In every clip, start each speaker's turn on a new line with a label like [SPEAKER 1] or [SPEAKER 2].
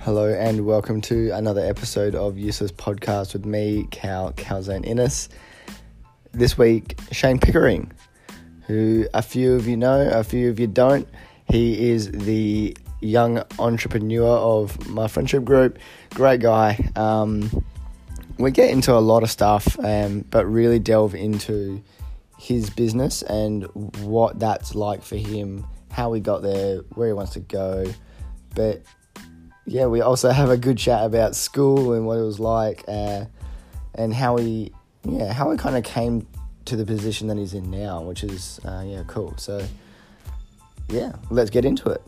[SPEAKER 1] Hello and welcome to another episode of Useless Podcast with me, Cal Calzone Innes. This week, Shane Pickering, who a few of you know, a few of you don't. He is the young entrepreneur of my friendship group. Great guy. Um, we get into a lot of stuff, um, but really delve into his business and what that's like for him, how he got there, where he wants to go. But yeah, we also have a good chat about school and what it was like, uh, and how he, yeah, how he kind of came to the position that he's in now, which is uh, yeah, cool. So yeah, let's get into it.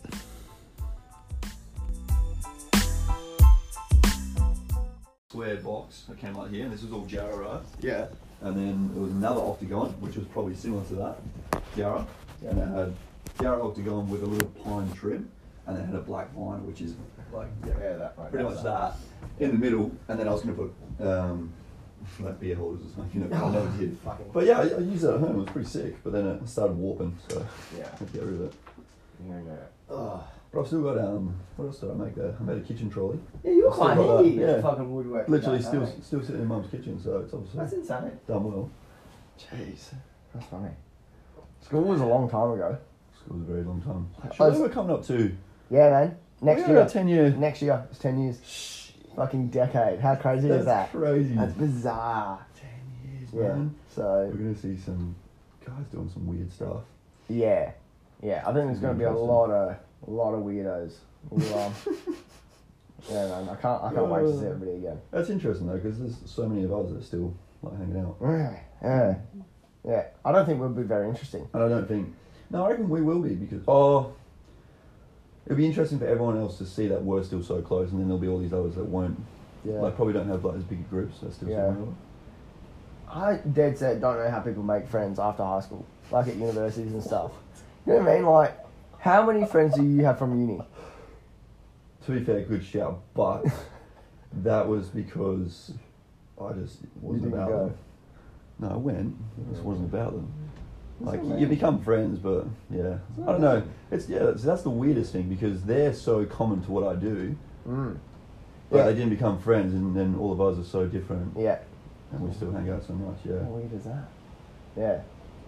[SPEAKER 2] square box that came out here, and this was all Jarrah, right?
[SPEAKER 1] Yeah,
[SPEAKER 2] And then it was another octagon, which was probably similar to that, Jarrah. And it had Jarrah octagon with a little pine trim, and it had a black vine, which is like yeah,
[SPEAKER 3] that right.
[SPEAKER 2] pretty much that in the middle. And then I was going to put um, like beer holders or something, you know, but I never did.
[SPEAKER 3] Fucking-
[SPEAKER 2] But yeah, I, I used that at home. It was pretty sick, but then it started warping, so
[SPEAKER 3] Yeah.
[SPEAKER 2] I had to get rid of it.
[SPEAKER 3] No, no.
[SPEAKER 2] But I've still got um, what else did I make there? I made a kitchen trolley.
[SPEAKER 3] Yeah, you were
[SPEAKER 2] Still
[SPEAKER 3] quite
[SPEAKER 2] got
[SPEAKER 3] handy
[SPEAKER 2] that,
[SPEAKER 3] at
[SPEAKER 2] yeah.
[SPEAKER 3] fucking woodwork.
[SPEAKER 2] Literally,
[SPEAKER 3] That's
[SPEAKER 2] still
[SPEAKER 3] alright.
[SPEAKER 2] still sitting in mum's kitchen, so it's obviously
[SPEAKER 3] That's insane.
[SPEAKER 2] done well.
[SPEAKER 3] Jeez, that's funny. School was a long time ago.
[SPEAKER 2] It was a very long time.
[SPEAKER 3] I
[SPEAKER 2] Actually,
[SPEAKER 3] was-
[SPEAKER 2] we're coming up to
[SPEAKER 3] Yeah, man. Next
[SPEAKER 2] we were
[SPEAKER 3] year.
[SPEAKER 2] at ten year.
[SPEAKER 3] Next year. It's ten years. Fucking decade. How crazy
[SPEAKER 2] That's
[SPEAKER 3] is that?
[SPEAKER 2] crazy.
[SPEAKER 3] That's bizarre.
[SPEAKER 2] ten years,
[SPEAKER 3] Yeah.
[SPEAKER 2] man.
[SPEAKER 3] So
[SPEAKER 2] We're gonna see some guys doing some weird stuff.
[SPEAKER 3] yeah, yeah. I think there's gonna be a
[SPEAKER 2] Interesting.
[SPEAKER 3] lot of a lot of weirdos. We'll, um, yeah, man. I can't. I can't wait to see everybody again.
[SPEAKER 2] That's interesting though, because there's so many of us that are still like hanging out,
[SPEAKER 3] Yeah, yeah, yeah. I don't think we'll be very interesting.
[SPEAKER 2] and I don't think. No, I reckon we will be because oh, it'll be interesting for everyone else to see that we're still so close, and then there'll be all these others that won't.
[SPEAKER 3] Yeah.
[SPEAKER 2] Like probably don't have like as big groups. That's still
[SPEAKER 3] Yeah.
[SPEAKER 2] yeah.
[SPEAKER 3] I dead set don't know how people make friends after high school, like at universities and stuff. You know what I mean? Like, how many friends do you have from uni?
[SPEAKER 2] To be fair, good shout, but that was because I just wasn't
[SPEAKER 3] didn't
[SPEAKER 2] about
[SPEAKER 3] go.
[SPEAKER 2] them. No, I went. It just wasn't about them. Like
[SPEAKER 3] amazing.
[SPEAKER 2] you become friends, but yeah, I don't know. It's yeah, that's, that's the weirdest thing because they're so common to what I do,
[SPEAKER 3] Mm.
[SPEAKER 2] but
[SPEAKER 3] Yeah.
[SPEAKER 2] they didn't become friends, and then all of us are so different,
[SPEAKER 3] Yeah.
[SPEAKER 2] and we still hang out so much. Yeah,
[SPEAKER 3] How weird is that? Yeah.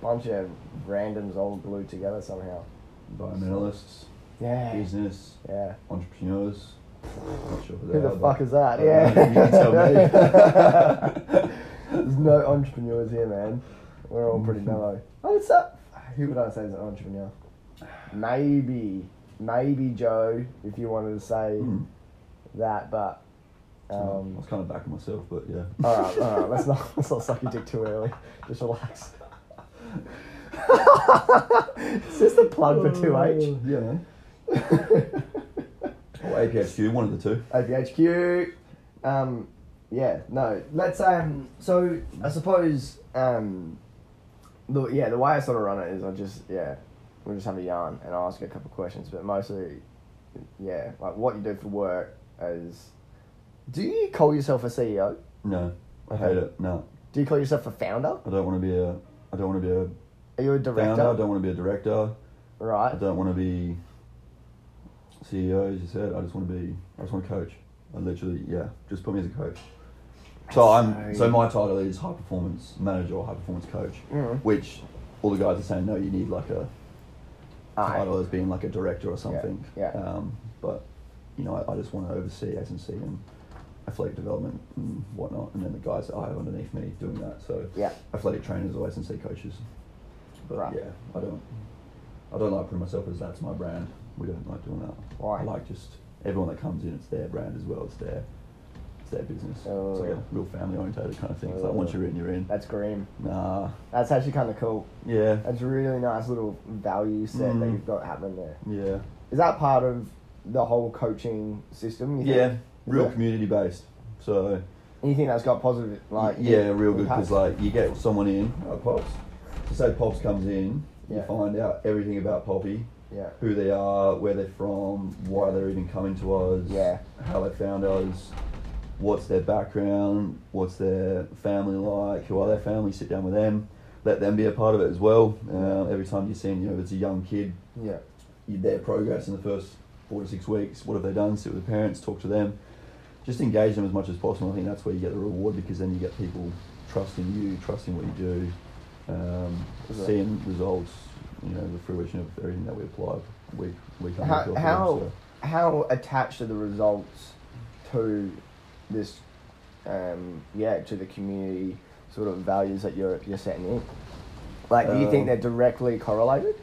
[SPEAKER 3] Bunch of randoms all glued together somehow.
[SPEAKER 2] environmentalists,
[SPEAKER 3] Yeah.
[SPEAKER 2] business,
[SPEAKER 3] Yeah.
[SPEAKER 2] entrepreneurs. Not sure
[SPEAKER 3] Who the fuck is that?
[SPEAKER 2] I don't know, you
[SPEAKER 3] Yeah.
[SPEAKER 2] can tell me.
[SPEAKER 3] There's no entrepreneurs here, man. We're all pretty mellow. Oh, what's up? Who would I say is an entrepreneur? Maybe, maybe Joe, if you wanted to say
[SPEAKER 2] Hmm.
[SPEAKER 3] that, but
[SPEAKER 2] I
[SPEAKER 3] um,
[SPEAKER 2] was kind of backing myself, but yeah.
[SPEAKER 3] all right, all right. Let's not let's not suck your dick too early. Just relax. Is this the plug for two H?
[SPEAKER 2] Yeah, man. Or APHQ, one of the two.
[SPEAKER 3] ABHQ. Um, yeah, no. Let's um. So I suppose um, the yeah the way I sort of run it is I just yeah we will just have a yarn and I ask you a couple of questions, but mostly yeah like what you do for work is. Do you call yourself a CEO?
[SPEAKER 2] No, I
[SPEAKER 3] Okay.
[SPEAKER 2] hate it. No,
[SPEAKER 3] Do you call yourself a founder?
[SPEAKER 2] I don't want to be a. I don't want to be a
[SPEAKER 3] Are you a
[SPEAKER 2] founder. I
[SPEAKER 3] director?
[SPEAKER 2] don't want to be a director. I
[SPEAKER 3] Right.
[SPEAKER 2] don't want to be CEO, as you said. I just want to be. I just want to coach. I literally, yeah, just put me as a coach. So I'm.
[SPEAKER 3] So-
[SPEAKER 2] So my title is high performance manager or high performance coach,
[SPEAKER 3] Mm.
[SPEAKER 2] which all the guys are saying no. You need like a
[SPEAKER 3] Aye.
[SPEAKER 2] title as being like a director or something.
[SPEAKER 3] yeah.
[SPEAKER 2] Um, but you know, I, I just want to oversee S and C and athletic development and whatnot, and then the guys that I have underneath me doing that. So
[SPEAKER 3] Yeah.
[SPEAKER 2] athletic trainers or S and C coaches. But
[SPEAKER 3] Right.
[SPEAKER 2] yeah, I don't. I don't like putting myself as that's my brand. We don't like doing that.
[SPEAKER 3] Why?
[SPEAKER 2] I like just everyone that comes in, it's their brand as well. It's their, it's their business. it's like
[SPEAKER 3] Oh.
[SPEAKER 2] a real family orientated kind of thing. It's like once you're in, you're in.
[SPEAKER 3] That's grim.
[SPEAKER 2] Nah.
[SPEAKER 3] That's actually kind of cool.
[SPEAKER 2] Yeah.
[SPEAKER 3] That's a really nice little value set that
[SPEAKER 2] Mm.
[SPEAKER 3] you've got happening there.
[SPEAKER 2] Yeah.
[SPEAKER 3] Is that part of the whole coaching system? You think?
[SPEAKER 2] Yeah. Real
[SPEAKER 3] Yeah.
[SPEAKER 2] community based. So
[SPEAKER 3] And you think that's got positive, like
[SPEAKER 2] yeah, real good because
[SPEAKER 3] impact?
[SPEAKER 2] like you get someone in, like Pops. So say Pops comes in,
[SPEAKER 3] Yeah.
[SPEAKER 2] you find out everything about Poppy,
[SPEAKER 3] yeah,
[SPEAKER 2] who they are, where they're from, why they're even coming to us,
[SPEAKER 3] Yeah.
[SPEAKER 2] how they found us, what's their background, what's their family like, who are their family. Sit down with them, let them be a part of it as well. Uh, every time you see them, you know, if it's a young kid,
[SPEAKER 3] yeah,
[SPEAKER 2] their progress in the first four to six weeks. What have they done? Sit with the parents, talk to them, just engage them as much as possible. I think that's where you get the reward because then you get people trusting you, trusting what you do, um,
[SPEAKER 1] Right.
[SPEAKER 2] seeing results. You know, the fruition of everything that we apply week week on
[SPEAKER 1] How-
[SPEAKER 2] week. off with,
[SPEAKER 1] how-
[SPEAKER 2] so.
[SPEAKER 1] How attached are the results to this? Um, yeah, to the community sort of values that you're you're setting in. Like, do you think
[SPEAKER 2] Um,
[SPEAKER 1] they're directly correlated,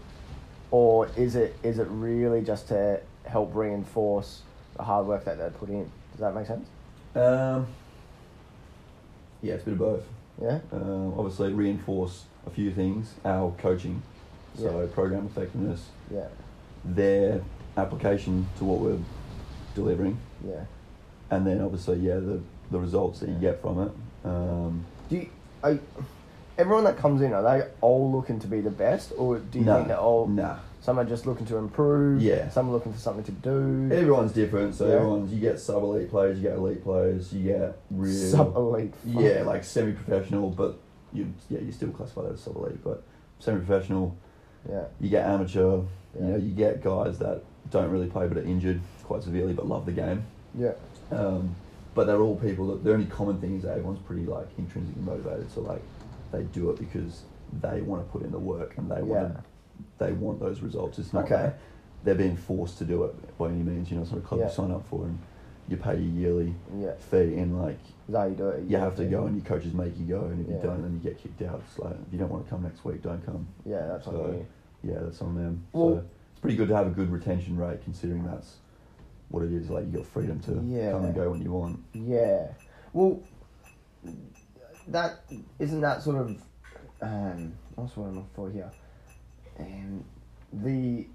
[SPEAKER 1] or is it is it really just to help reinforce the hard work that they put in? Does that make sense?
[SPEAKER 2] Um, yeah, it's a bit of both.
[SPEAKER 1] Yeah.
[SPEAKER 2] Um, obviously, reinforce a few things. Our coaching, so program effectiveness,
[SPEAKER 1] Yeah.
[SPEAKER 2] their application to what we're delivering,
[SPEAKER 1] Yeah.
[SPEAKER 2] and then obviously, yeah, the, the results that you get from it. Um,
[SPEAKER 1] Do you, are, everyone that comes in are they all looking to be the best, or do you
[SPEAKER 2] nah,
[SPEAKER 1] think they're all
[SPEAKER 2] nah.
[SPEAKER 1] some are just looking to improve?
[SPEAKER 2] Yeah.
[SPEAKER 1] Some are looking for something to do.
[SPEAKER 2] Everyone's different, so
[SPEAKER 1] Yeah.
[SPEAKER 2] everyone's you get sub elite players, you get elite players, you get real
[SPEAKER 1] Sub elite.
[SPEAKER 2] yeah, like semi professional, but you yeah you still classify that as sub elite, but semi professional.
[SPEAKER 1] yeah.
[SPEAKER 2] you get amateur,
[SPEAKER 1] Yeah.
[SPEAKER 2] you know, you get guys that don't really play but are injured quite severely but love the game.
[SPEAKER 1] Yeah.
[SPEAKER 2] Um, but they're all people that the only common thing is that everyone's pretty like intrinsically motivated. So like they do it because they want to put in the work and they want
[SPEAKER 1] Yeah.
[SPEAKER 2] to, they want those results. It's not
[SPEAKER 1] Okay.
[SPEAKER 2] that they're being forced to do it by any means. You know, it's not a club
[SPEAKER 1] Yeah.
[SPEAKER 2] you sign up for and you pay your yearly
[SPEAKER 1] Yeah.
[SPEAKER 2] fee and like
[SPEAKER 1] That's how you do it.
[SPEAKER 2] you have to go and your coaches make you go and if
[SPEAKER 1] Yeah.
[SPEAKER 2] you don't then you get kicked out. It's like if you don't want to come next week, don't come.
[SPEAKER 1] Yeah, that's what I
[SPEAKER 2] So-
[SPEAKER 1] mean.
[SPEAKER 2] Yeah, that's on them.
[SPEAKER 1] Well-
[SPEAKER 2] so it's pretty good to have a good retention rate considering that's what it is. Like you got freedom to
[SPEAKER 1] Yeah.
[SPEAKER 2] come and go when you want.
[SPEAKER 1] Yeah. Well, that isn't that sort of um, what's what I'm looking for here. Um, the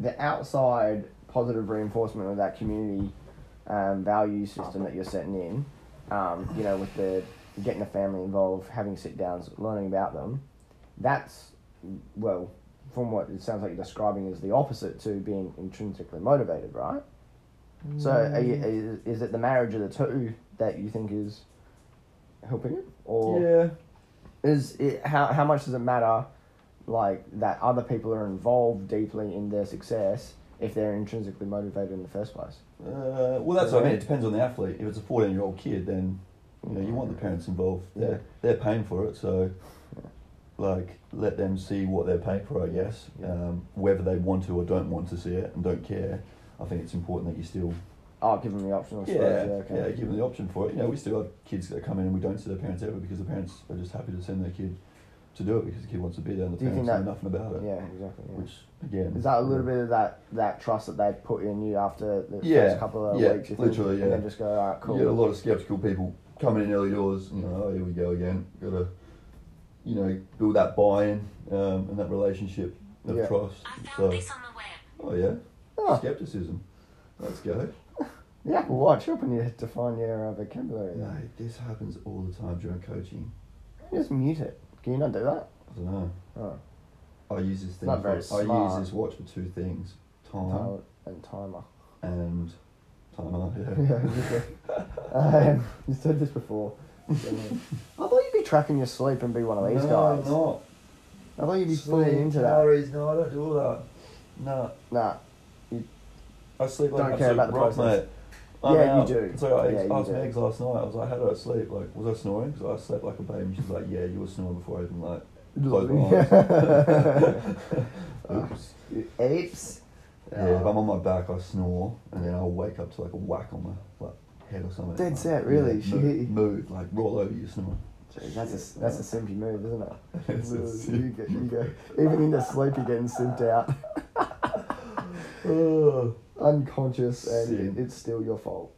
[SPEAKER 1] the outside positive reinforcement of that community um, value system that you're setting in. Um, you know, with the getting the family involved, having sit downs, learning about them. That's well, from what it sounds like you're describing, is the opposite to being intrinsically motivated, right? So, are you, is, is it the marriage of the two that you think is helping it, or
[SPEAKER 2] Yeah.
[SPEAKER 1] is it how how much does it matter, like that other people are involved deeply in their success if they're intrinsically motivated in the first place?
[SPEAKER 2] Uh, well, that's what I mean. It depends on the athlete. If it's a 14 year old kid, then you know you want the parents involved. They're
[SPEAKER 1] Yeah.
[SPEAKER 2] they're paying for it, so like let them see what they're paying for. I guess
[SPEAKER 1] Yeah.
[SPEAKER 2] um, whether they want to or don't want to see it and don't care. I think it's important that you still
[SPEAKER 1] Oh, give them the option. I suppose.
[SPEAKER 2] yeah,
[SPEAKER 1] yeah,
[SPEAKER 2] yeah,
[SPEAKER 1] okay.
[SPEAKER 2] give them the option for it. You know, we still have kids that come in and we don't see their parents ever because the parents are just happy to send their kid to do it because the kid wants to be there and the
[SPEAKER 1] Do you think
[SPEAKER 2] parents know
[SPEAKER 1] that-
[SPEAKER 2] nothing about it.
[SPEAKER 1] Yeah, exactly. yeah.
[SPEAKER 2] Which again,
[SPEAKER 1] Is that a little bit of that, that trust that they put in you after the
[SPEAKER 2] Yeah,
[SPEAKER 1] first couple of
[SPEAKER 2] yeah,
[SPEAKER 1] weeks? you think,
[SPEAKER 2] literally,
[SPEAKER 1] And
[SPEAKER 2] yeah.
[SPEAKER 1] then just go, all right, cool.
[SPEAKER 2] You get a lot of skeptical people coming in early doors. You know, oh here we go again. Got to, you know, build that buy-in um, and that relationship of
[SPEAKER 1] Yeah.
[SPEAKER 2] trust.
[SPEAKER 4] I
[SPEAKER 2] So,
[SPEAKER 4] found this on the web.
[SPEAKER 2] oh yeah,
[SPEAKER 1] Oh,
[SPEAKER 2] skepticism. Let's go.
[SPEAKER 1] yeah, well, watch up when you define your uh, vocabulary.
[SPEAKER 2] No, this happens all the time during coaching.
[SPEAKER 1] Just mute it. Can you not do that?
[SPEAKER 2] I don't know.
[SPEAKER 1] Oh.
[SPEAKER 2] I use this thing.
[SPEAKER 1] Not very
[SPEAKER 2] For, I
[SPEAKER 1] smart.
[SPEAKER 2] use this watch for two things: time
[SPEAKER 1] Timer and timer.
[SPEAKER 2] and timer.
[SPEAKER 1] Yeah,
[SPEAKER 2] Yeah.
[SPEAKER 1] you do. um, you said this before. I thought you'd be tracking your sleep and be one of these guys.
[SPEAKER 2] No,
[SPEAKER 1] I thought you'd
[SPEAKER 2] I'm
[SPEAKER 1] be
[SPEAKER 2] not.
[SPEAKER 1] fully into that.
[SPEAKER 2] Calories, no, I don't do all that. No,
[SPEAKER 1] Nah.
[SPEAKER 2] I sleep like
[SPEAKER 1] Don't
[SPEAKER 2] an
[SPEAKER 1] care
[SPEAKER 2] absolute
[SPEAKER 1] about the
[SPEAKER 2] rock,
[SPEAKER 1] process.
[SPEAKER 2] mate. I'm
[SPEAKER 1] Yeah, you
[SPEAKER 2] out.
[SPEAKER 1] do.
[SPEAKER 2] So I
[SPEAKER 1] Yeah,
[SPEAKER 2] ex-
[SPEAKER 1] you
[SPEAKER 2] asked
[SPEAKER 1] do.
[SPEAKER 2] Megs last night. I was like, "How did I sleep? Like, was I snoring?" Because I slept like a baby. And she's like, "Yeah, you were snoring before I even like closed my eyes." Oops.
[SPEAKER 1] You apes.
[SPEAKER 2] Yeah, if
[SPEAKER 1] Oh.
[SPEAKER 2] I'm on my back, I snore, and then I'll wake up to like a whack on my like head or something.
[SPEAKER 1] Dead
[SPEAKER 2] Like,
[SPEAKER 1] set, really?
[SPEAKER 2] yeah,
[SPEAKER 1] She
[SPEAKER 2] move,
[SPEAKER 1] hit you?
[SPEAKER 2] move, like roll over, you snore.
[SPEAKER 1] Jeez, That's a, that's a simpy move, isn't it?
[SPEAKER 2] It's a
[SPEAKER 1] you,
[SPEAKER 2] simp
[SPEAKER 1] get, you go, even in the sleep, you're getting simped out. Unconscious, and
[SPEAKER 2] Simp.
[SPEAKER 1] it's still your fault.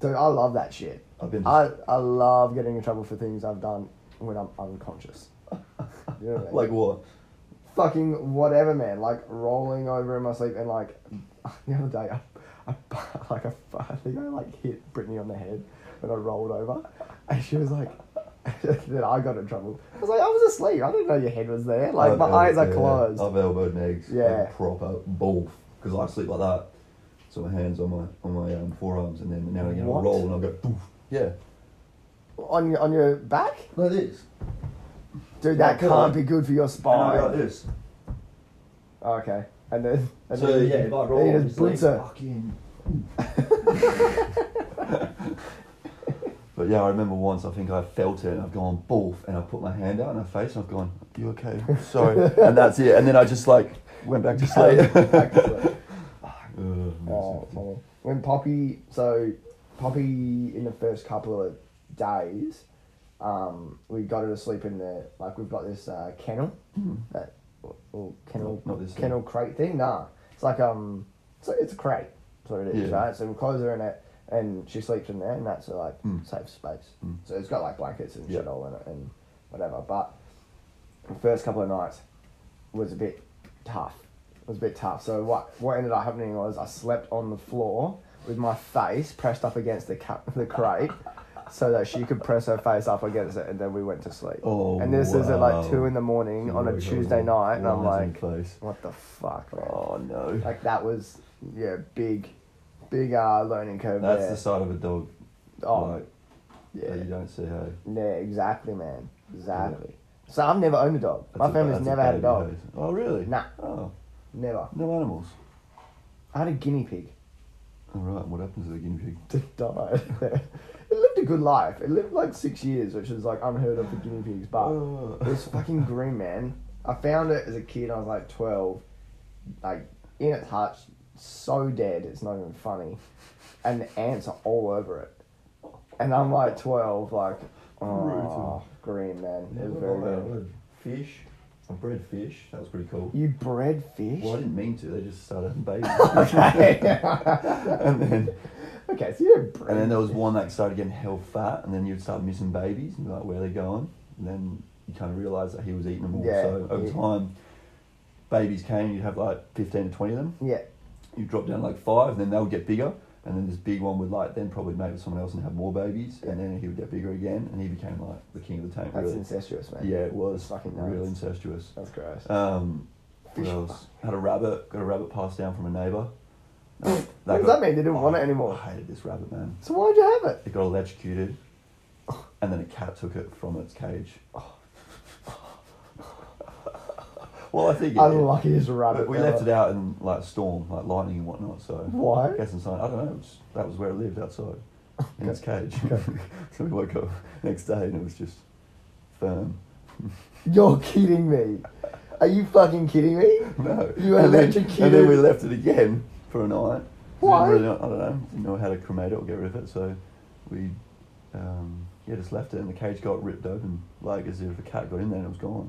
[SPEAKER 1] Dude, I love that shit.
[SPEAKER 2] I've been.
[SPEAKER 1] I, I love getting in trouble for things I've done when I'm unconscious. You know what I mean?
[SPEAKER 2] like what?
[SPEAKER 1] fucking whatever, man. Like rolling over in my sleep and like the other day, I, I bu- like I, fu- I think I like hit Brittany on the head when I rolled over, and she was like. then I got in trouble. I was like, I was asleep. I didn't know your head was there. Like
[SPEAKER 2] I've
[SPEAKER 1] my
[SPEAKER 2] elbowed-
[SPEAKER 1] eyes
[SPEAKER 2] Oh,
[SPEAKER 1] are
[SPEAKER 2] yeah, Oh.
[SPEAKER 1] closed.
[SPEAKER 2] I've elbowed eggs.
[SPEAKER 1] Yeah.
[SPEAKER 2] Like proper ball because I sleep like that. So my hands on my on my um, forearms, and then now and again I
[SPEAKER 1] What?
[SPEAKER 2] roll and I'll go poof. Yeah.
[SPEAKER 1] On your on your back,
[SPEAKER 2] Like this.
[SPEAKER 1] dude. That
[SPEAKER 2] Yeah,
[SPEAKER 1] can't
[SPEAKER 2] good.
[SPEAKER 1] be good for your
[SPEAKER 2] And I go like
[SPEAKER 1] spine.
[SPEAKER 2] this.
[SPEAKER 1] Okay. and then and
[SPEAKER 2] So
[SPEAKER 1] then,
[SPEAKER 2] yeah, if I
[SPEAKER 1] then
[SPEAKER 2] roll,
[SPEAKER 1] you
[SPEAKER 2] it's
[SPEAKER 1] just
[SPEAKER 2] like
[SPEAKER 1] blitz her.
[SPEAKER 2] fucking. But yeah, I remember once I think I felt it and I've gone boof and I put my hand out in her face and I've gone, You okay? Sorry. and that's it. And then I just like went back to sleep.
[SPEAKER 1] Back to sleep.
[SPEAKER 2] Ugh,
[SPEAKER 1] Oh, funny. When Poppy, so Poppy in the first couple of days, um, we got her to sleep in the like we've got this uh, kennel, that or kennel
[SPEAKER 2] Hmm. Not- not this thing.
[SPEAKER 1] kennel crate thing. Nah, it's like um, it's, it's a crate. That's what it is,
[SPEAKER 2] Yeah.
[SPEAKER 1] right? So we close her in it, and she sleeps in there, and that's a, like
[SPEAKER 2] Mm.
[SPEAKER 1] safe space.
[SPEAKER 2] Mm.
[SPEAKER 1] So it's got like blankets and shit
[SPEAKER 2] Yeah.
[SPEAKER 1] all in it and whatever. But the first couple of nights was a bit tough. It was a bit tough. So what what ended up happening was I slept on the floor with my face pressed up against the cu- the crate, so that she could press her face up against it, and then we went to sleep.
[SPEAKER 2] Oh,
[SPEAKER 1] and this is at
[SPEAKER 2] wow.
[SPEAKER 1] like two in the morning on
[SPEAKER 2] Oh,
[SPEAKER 1] a Tuesday night, and I'm
[SPEAKER 2] lines in
[SPEAKER 1] like,
[SPEAKER 2] place.
[SPEAKER 1] what the fuck, man?
[SPEAKER 2] Oh no.
[SPEAKER 1] Like that was yeah, big, big uh, learning curve
[SPEAKER 2] That's
[SPEAKER 1] there.
[SPEAKER 2] the side of a dog.
[SPEAKER 1] oh
[SPEAKER 2] like, that
[SPEAKER 1] yeah,
[SPEAKER 2] you don't see how.
[SPEAKER 1] yeah, exactly, man, exactly. So I've never owned a dog.
[SPEAKER 2] that's
[SPEAKER 1] My
[SPEAKER 2] a-
[SPEAKER 1] family's
[SPEAKER 2] that's
[SPEAKER 1] never had a
[SPEAKER 2] baby
[SPEAKER 1] dog.
[SPEAKER 2] hose. Oh really?
[SPEAKER 1] Nah.
[SPEAKER 2] Oh,
[SPEAKER 1] Never.
[SPEAKER 2] no animals.
[SPEAKER 1] I had a guinea pig.
[SPEAKER 2] All right. What happens to the guinea pig?
[SPEAKER 1] It died. it lived a good life. It lived like six years, which is like unheard of for guinea pigs. But
[SPEAKER 2] Oh.
[SPEAKER 1] it was fucking green, man. I found it as a kid. I was like twelve, like in its hutch, so dead. It's not even funny, and the ants are all over it. And I'm like twelve, like oh,
[SPEAKER 2] Brutal.
[SPEAKER 1] green man. It was
[SPEAKER 2] Never
[SPEAKER 1] very
[SPEAKER 2] mind, I
[SPEAKER 1] bad.
[SPEAKER 2] would. Fish. I bred fish. That was pretty cool.
[SPEAKER 1] You bred fish.
[SPEAKER 2] Well, I didn't mean to. They just started having babies.
[SPEAKER 1] okay.
[SPEAKER 2] and then
[SPEAKER 1] okay, so you bred.
[SPEAKER 2] and then there was one that started getting hell fat, and then you'd start missing babies, and you're like, where are they going? And then you kind of realised that he was eating them all.
[SPEAKER 1] Yeah,
[SPEAKER 2] so over
[SPEAKER 1] yeah.
[SPEAKER 2] time, babies came, you'd have like 15 to 20 of them.
[SPEAKER 1] Yeah.
[SPEAKER 2] you drop down like five, and then they would get bigger, and then this big one would like then probably mate with someone else and have more babies, and then he would get bigger again, and he became like the king of the tank.
[SPEAKER 1] That's
[SPEAKER 2] really.
[SPEAKER 1] incestuous, man.
[SPEAKER 2] Yeah, it was
[SPEAKER 1] It's fucking
[SPEAKER 2] real
[SPEAKER 1] nuts.
[SPEAKER 2] incestuous.
[SPEAKER 1] That's gross.
[SPEAKER 2] Um, what
[SPEAKER 1] Fish
[SPEAKER 2] else? Had a rabbit. Got a rabbit passed down from a neighbour.
[SPEAKER 1] What does that mean? They didn't want it anymore?
[SPEAKER 2] Oh, I hated this rabbit, man.
[SPEAKER 1] So why'd you have it?
[SPEAKER 2] It got electrocuted, and then a cat took it from its cage. well, I think it,
[SPEAKER 1] Unluckiest rabbit.
[SPEAKER 2] but we left it out in like storm, like lightning and whatnot. So
[SPEAKER 1] Why?
[SPEAKER 2] Guess it's not- I don't know. It was, that was where it lived outside in its cage. so we woke up next day and it was just firm.
[SPEAKER 1] You're kidding me. Are you fucking kidding me?
[SPEAKER 2] No.
[SPEAKER 1] You
[SPEAKER 2] and then,
[SPEAKER 1] electrocuted-
[SPEAKER 2] And then we left it again for a night. We
[SPEAKER 1] Why?
[SPEAKER 2] Didn't really, know- I don't know. Didn't know how to cremate it or get rid of it. So we um, yeah just left it and the cage got ripped open like as if a cat got in there and it was gone.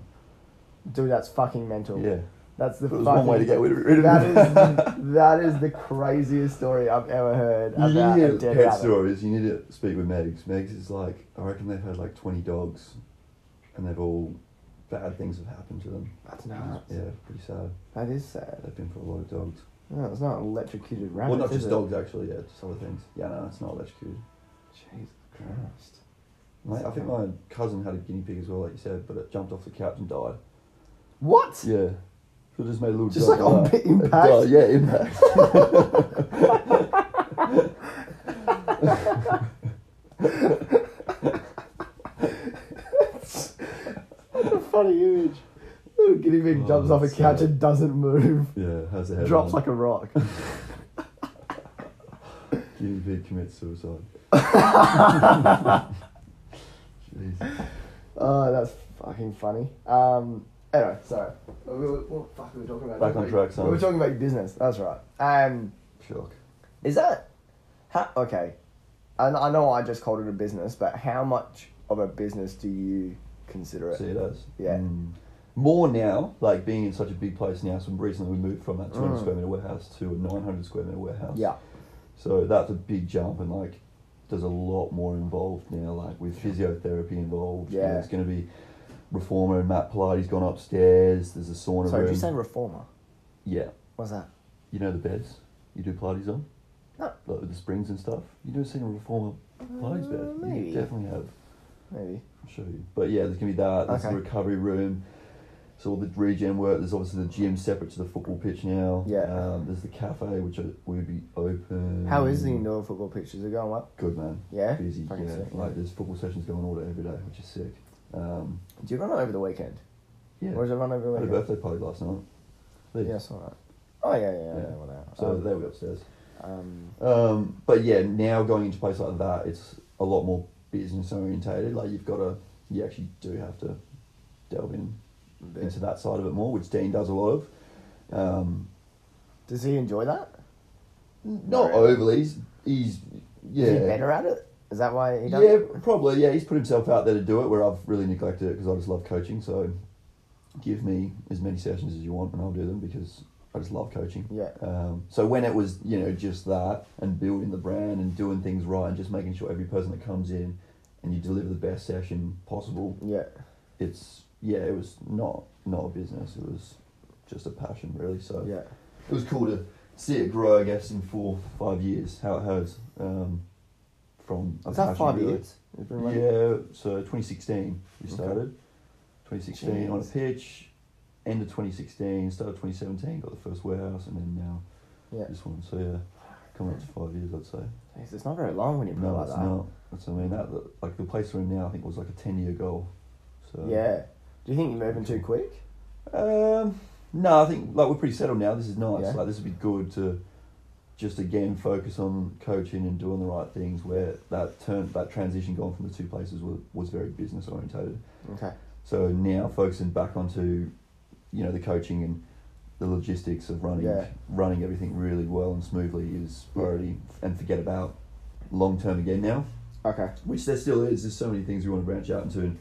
[SPEAKER 1] Dude, that's fucking mental.
[SPEAKER 2] Yeah.
[SPEAKER 1] That's the
[SPEAKER 2] It was one
[SPEAKER 1] fucking.
[SPEAKER 2] way to get rid of rid of
[SPEAKER 1] that
[SPEAKER 2] it.
[SPEAKER 1] is the, that is the craziest story I've ever heard
[SPEAKER 2] You
[SPEAKER 1] about
[SPEAKER 2] need
[SPEAKER 1] a
[SPEAKER 2] to
[SPEAKER 1] dead
[SPEAKER 2] get
[SPEAKER 1] rabbit.
[SPEAKER 2] pet stories. You need to speak with Megs. Megs is like, I reckon they've had like twenty dogs, and they've all bad things have happened to them.
[SPEAKER 1] That's nuts.
[SPEAKER 2] Yeah, pretty sad.
[SPEAKER 1] That is sad.
[SPEAKER 2] They've been for a lot of dogs.
[SPEAKER 1] No, it's not electrocuted rabbit.
[SPEAKER 2] well, not
[SPEAKER 1] is
[SPEAKER 2] just
[SPEAKER 1] it?
[SPEAKER 2] dogs actually. Yeah, just other things. Yeah, no, it's not electrocuted.
[SPEAKER 1] Jesus Christ.
[SPEAKER 2] Mate, I think my cousin had a guinea pig as well, like you said, but it jumped off the couch and died.
[SPEAKER 1] What?
[SPEAKER 2] Yeah, so it just made a little
[SPEAKER 1] Just
[SPEAKER 2] jump
[SPEAKER 1] like on
[SPEAKER 2] that.
[SPEAKER 1] bit
[SPEAKER 2] It
[SPEAKER 1] impact?
[SPEAKER 2] died, Yeah, impact.
[SPEAKER 1] What a funny image. Little guinea pig
[SPEAKER 2] Oh,
[SPEAKER 1] jumps off a
[SPEAKER 2] that's
[SPEAKER 1] couch
[SPEAKER 2] sad.
[SPEAKER 1] and doesn't move.
[SPEAKER 2] yeah, how's the head?
[SPEAKER 1] Drops
[SPEAKER 2] on?
[SPEAKER 1] like a rock.
[SPEAKER 2] Guinea pig commits suicide. Jeez.
[SPEAKER 1] Oh, that's fucking funny. Um, anyway, sorry. We were, what the fuck were we talking about?
[SPEAKER 2] Back on track, son.
[SPEAKER 1] We were talking about business. That's right. Um,
[SPEAKER 2] Shock.
[SPEAKER 1] is that how, okay? I, I know I just called it a business, but how much of a business do you consider it?
[SPEAKER 2] See it as.
[SPEAKER 1] Yeah.
[SPEAKER 2] Mm. More now, like being in such a big place now. So recently we moved from that 200 square meter warehouse to a 900 square meter warehouse.
[SPEAKER 1] Mm. Yeah.
[SPEAKER 2] So that's a big jump, and like, there's a lot more involved now, like with physiotherapy involved.
[SPEAKER 1] Yeah.
[SPEAKER 2] There's going to be reformer and Matt Pilates gone upstairs. There's a sauna
[SPEAKER 1] Sorry,
[SPEAKER 2] room.
[SPEAKER 1] did you say reformer?
[SPEAKER 2] yeah.
[SPEAKER 1] What's that?
[SPEAKER 2] You know the beds you do Pilates on,
[SPEAKER 1] No,
[SPEAKER 2] like with the springs and stuff. You never seen a reformer Pilates
[SPEAKER 1] Uh,
[SPEAKER 2] bed?
[SPEAKER 1] maybe.
[SPEAKER 2] You definitely have.
[SPEAKER 1] maybe.
[SPEAKER 2] I'll show you. But yeah, there's gonna be that. There's
[SPEAKER 1] Okay.
[SPEAKER 2] the recovery room. So all the regen work. There's obviously the gym separate to the football pitch now.
[SPEAKER 1] Yeah.
[SPEAKER 2] Um, there's the cafe which are- will be open.
[SPEAKER 1] How is the indoor football pitch? Is it going well?
[SPEAKER 2] Good man.
[SPEAKER 1] Yeah?
[SPEAKER 2] Busy.
[SPEAKER 1] Fucking
[SPEAKER 2] yeah.
[SPEAKER 1] sick, yeah.
[SPEAKER 2] Like there's football sessions going all day every day, which is sick. Um,
[SPEAKER 1] Do you run it over the weekend?
[SPEAKER 2] yeah.
[SPEAKER 1] Or is it run over the
[SPEAKER 2] I had a
[SPEAKER 1] weekend?
[SPEAKER 2] birthday party last night. Lee.
[SPEAKER 1] Yes, all right. Oh yeah, yeah, yeah.
[SPEAKER 2] Yeah.
[SPEAKER 1] I know that.
[SPEAKER 2] So
[SPEAKER 1] um,
[SPEAKER 2] they were upstairs.
[SPEAKER 1] um,
[SPEAKER 2] Um, but yeah, now going into places like that, it's a lot more business orientated. Like you've got to, you actually do have to delve in
[SPEAKER 1] bit.
[SPEAKER 2] into that side of it more, which Dean does a lot of. Um,
[SPEAKER 1] does he enjoy that?
[SPEAKER 2] not
[SPEAKER 1] Really?
[SPEAKER 2] overly. He's, he's yeah.
[SPEAKER 1] Is he better at it? Is that why he does?
[SPEAKER 2] Yeah, probably. Yeah, he's put himself out there to do it. Where I've really neglected it because I just love coaching. So give me as many sessions as you want, and I'll do them because I just love coaching.
[SPEAKER 1] Yeah.
[SPEAKER 2] Um, so when it was you know just that and building the brand and doing things right and just making sure every person that comes in and you deliver the best session possible,
[SPEAKER 1] Yeah.
[SPEAKER 2] it's yeah, it was not not a business. It was just a passion really. So
[SPEAKER 1] Yeah.
[SPEAKER 2] it was cool to see it grow. I guess in four five years how it has. Um, from a
[SPEAKER 1] Is that
[SPEAKER 2] passion,
[SPEAKER 1] five
[SPEAKER 2] really.
[SPEAKER 1] years? It's been running-
[SPEAKER 2] Yeah, so 2016 we
[SPEAKER 1] Okay.
[SPEAKER 2] started. 2016 on a
[SPEAKER 1] Jeez.
[SPEAKER 2] pitch, end of 2016, started 2017, got the first warehouse, and then now
[SPEAKER 1] Yeah.
[SPEAKER 2] this one. So yeah, coming up to five years, I'd say.
[SPEAKER 1] Jeez, it's not very long when you put it
[SPEAKER 2] No,
[SPEAKER 1] like
[SPEAKER 2] it's
[SPEAKER 1] that.
[SPEAKER 2] not. That's I mean that that- like the place we're in now. I think was like a 10 year goal. So
[SPEAKER 1] Yeah. Do you think you're moving too quick?
[SPEAKER 2] Um, no, I think like we're pretty settled now. This is nice.
[SPEAKER 1] Yeah.
[SPEAKER 2] Like this would be good to just again focus on coaching and doing the right things. Where that turn that transition going from the two places was, was very business orientated.
[SPEAKER 1] Okay.
[SPEAKER 2] So now focusing back onto, you know, the coaching and the logistics of running
[SPEAKER 1] Yeah.
[SPEAKER 2] running everything really well and smoothly is priority, and forget about long term again now,
[SPEAKER 1] Okay.
[SPEAKER 2] which there still is. There's so many things we want to branch out into, and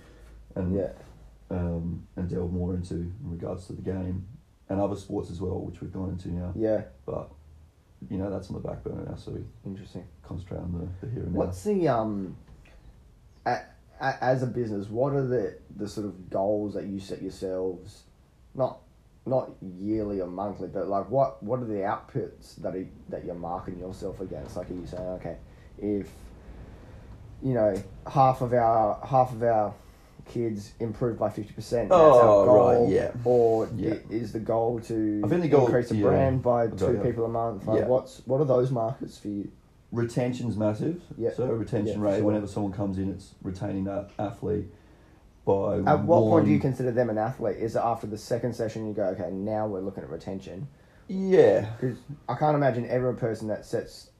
[SPEAKER 2] and
[SPEAKER 1] Yeah.
[SPEAKER 2] um, and delve more into in regards to the game and other sports as well, which we've gone into now.
[SPEAKER 1] Yeah.
[SPEAKER 2] But you know that's on the back burner now, so we
[SPEAKER 1] Interesting.
[SPEAKER 2] concentrate on the, the here and now.
[SPEAKER 1] What's the um, a, a, as a business, what are the the sort of goals that you set yourselves? Not not yearly or monthly, but like what what are the outputs that are, that you're marking yourself against? Like, are you saying okay, if you know half of our half of our kids improve by fifty percent, that's
[SPEAKER 2] Oh,
[SPEAKER 1] our goal.
[SPEAKER 2] right, yeah.
[SPEAKER 1] Or
[SPEAKER 2] Yeah.
[SPEAKER 1] i- is the goal to
[SPEAKER 2] I think the goal-
[SPEAKER 1] increase the
[SPEAKER 2] yeah.
[SPEAKER 1] brand by
[SPEAKER 2] Okay,
[SPEAKER 1] two
[SPEAKER 2] yeah.
[SPEAKER 1] people a month? Like,
[SPEAKER 2] Yeah.
[SPEAKER 1] what's what are those markers for you?
[SPEAKER 2] retention's massive.
[SPEAKER 1] Yeah.
[SPEAKER 2] So retention
[SPEAKER 1] Yeah,
[SPEAKER 2] rate,
[SPEAKER 1] sure.
[SPEAKER 2] whenever someone comes in, it's retaining that athlete by
[SPEAKER 1] At what
[SPEAKER 2] one-
[SPEAKER 1] point do you consider them an athlete? Is it after the second session you go, okay, now we're looking at retention?
[SPEAKER 2] Yeah.
[SPEAKER 1] Because I can't imagine every person that sets,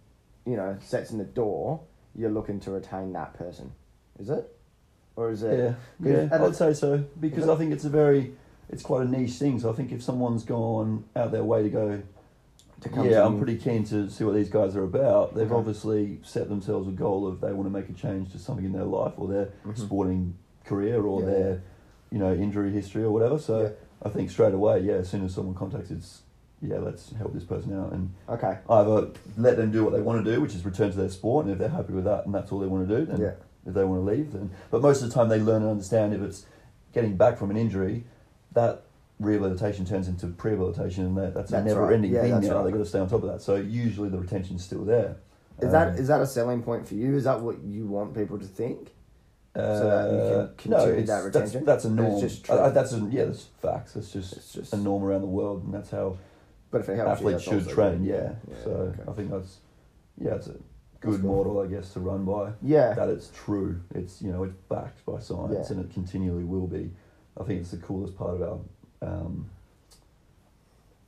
[SPEAKER 1] you know, sets in the door, you're looking to retain that person, is it? Or is it?
[SPEAKER 2] Yeah.
[SPEAKER 1] 'cause
[SPEAKER 2] Yeah.
[SPEAKER 1] at
[SPEAKER 2] I'd
[SPEAKER 1] the-
[SPEAKER 2] say so because I think it's a very, it's quite a niche thing. So I think if someone's gone out their way to go,
[SPEAKER 1] to come
[SPEAKER 2] yeah,
[SPEAKER 1] to
[SPEAKER 2] I'm
[SPEAKER 1] you-
[SPEAKER 2] pretty keen to see what these guys are about. They've
[SPEAKER 1] Okay.
[SPEAKER 2] obviously set themselves a goal of they want to make a change to something in their life or their sporting career or
[SPEAKER 1] Mm-hmm. Yeah.
[SPEAKER 2] their, you know, injury history or whatever. So
[SPEAKER 1] Yeah.
[SPEAKER 2] I think straight away, yeah, as soon as someone contacts, it's yeah, let's help this person out and
[SPEAKER 1] Okay.
[SPEAKER 2] either let them do what they want to do, which is return to their sport, and if they're happy with that and that's all they want to do, then
[SPEAKER 1] Yeah.
[SPEAKER 2] if they want to leave, then. But most of the time, they learn and understand if it's getting back from an injury, that rehabilitation turns into prehabilitation, and that, that's,
[SPEAKER 1] That's
[SPEAKER 2] a never-ending
[SPEAKER 1] right. Yeah,
[SPEAKER 2] thing.
[SPEAKER 1] that's
[SPEAKER 2] now
[SPEAKER 1] right.
[SPEAKER 2] they've got to stay on top of that. So usually the retention's still there. Um,
[SPEAKER 1] Is
[SPEAKER 2] Uh,
[SPEAKER 1] that is that a selling point for you? Is that what you want people to think? so that you can
[SPEAKER 2] Uh,
[SPEAKER 1] continue that
[SPEAKER 2] it's-
[SPEAKER 1] retention?
[SPEAKER 2] That's, that's a
[SPEAKER 1] That's
[SPEAKER 2] norm.
[SPEAKER 1] just
[SPEAKER 2] Uh, uh,
[SPEAKER 1] true.
[SPEAKER 2] that's a, yeah, that's facts. That's just,
[SPEAKER 1] It's just-
[SPEAKER 2] a norm around the world, and that's how
[SPEAKER 1] But if it helps you,
[SPEAKER 2] athletes
[SPEAKER 1] that's
[SPEAKER 2] should
[SPEAKER 1] also
[SPEAKER 2] train.
[SPEAKER 1] good.
[SPEAKER 2] Yeah. So
[SPEAKER 1] okay.
[SPEAKER 2] I think that's yeah, it's a good
[SPEAKER 1] cool.
[SPEAKER 2] model, I guess, to run by.
[SPEAKER 1] yeah.
[SPEAKER 2] that it's true. It's you know it's backed by science
[SPEAKER 1] Yeah.
[SPEAKER 2] and it continually will be. I think it's the coolest part of our um,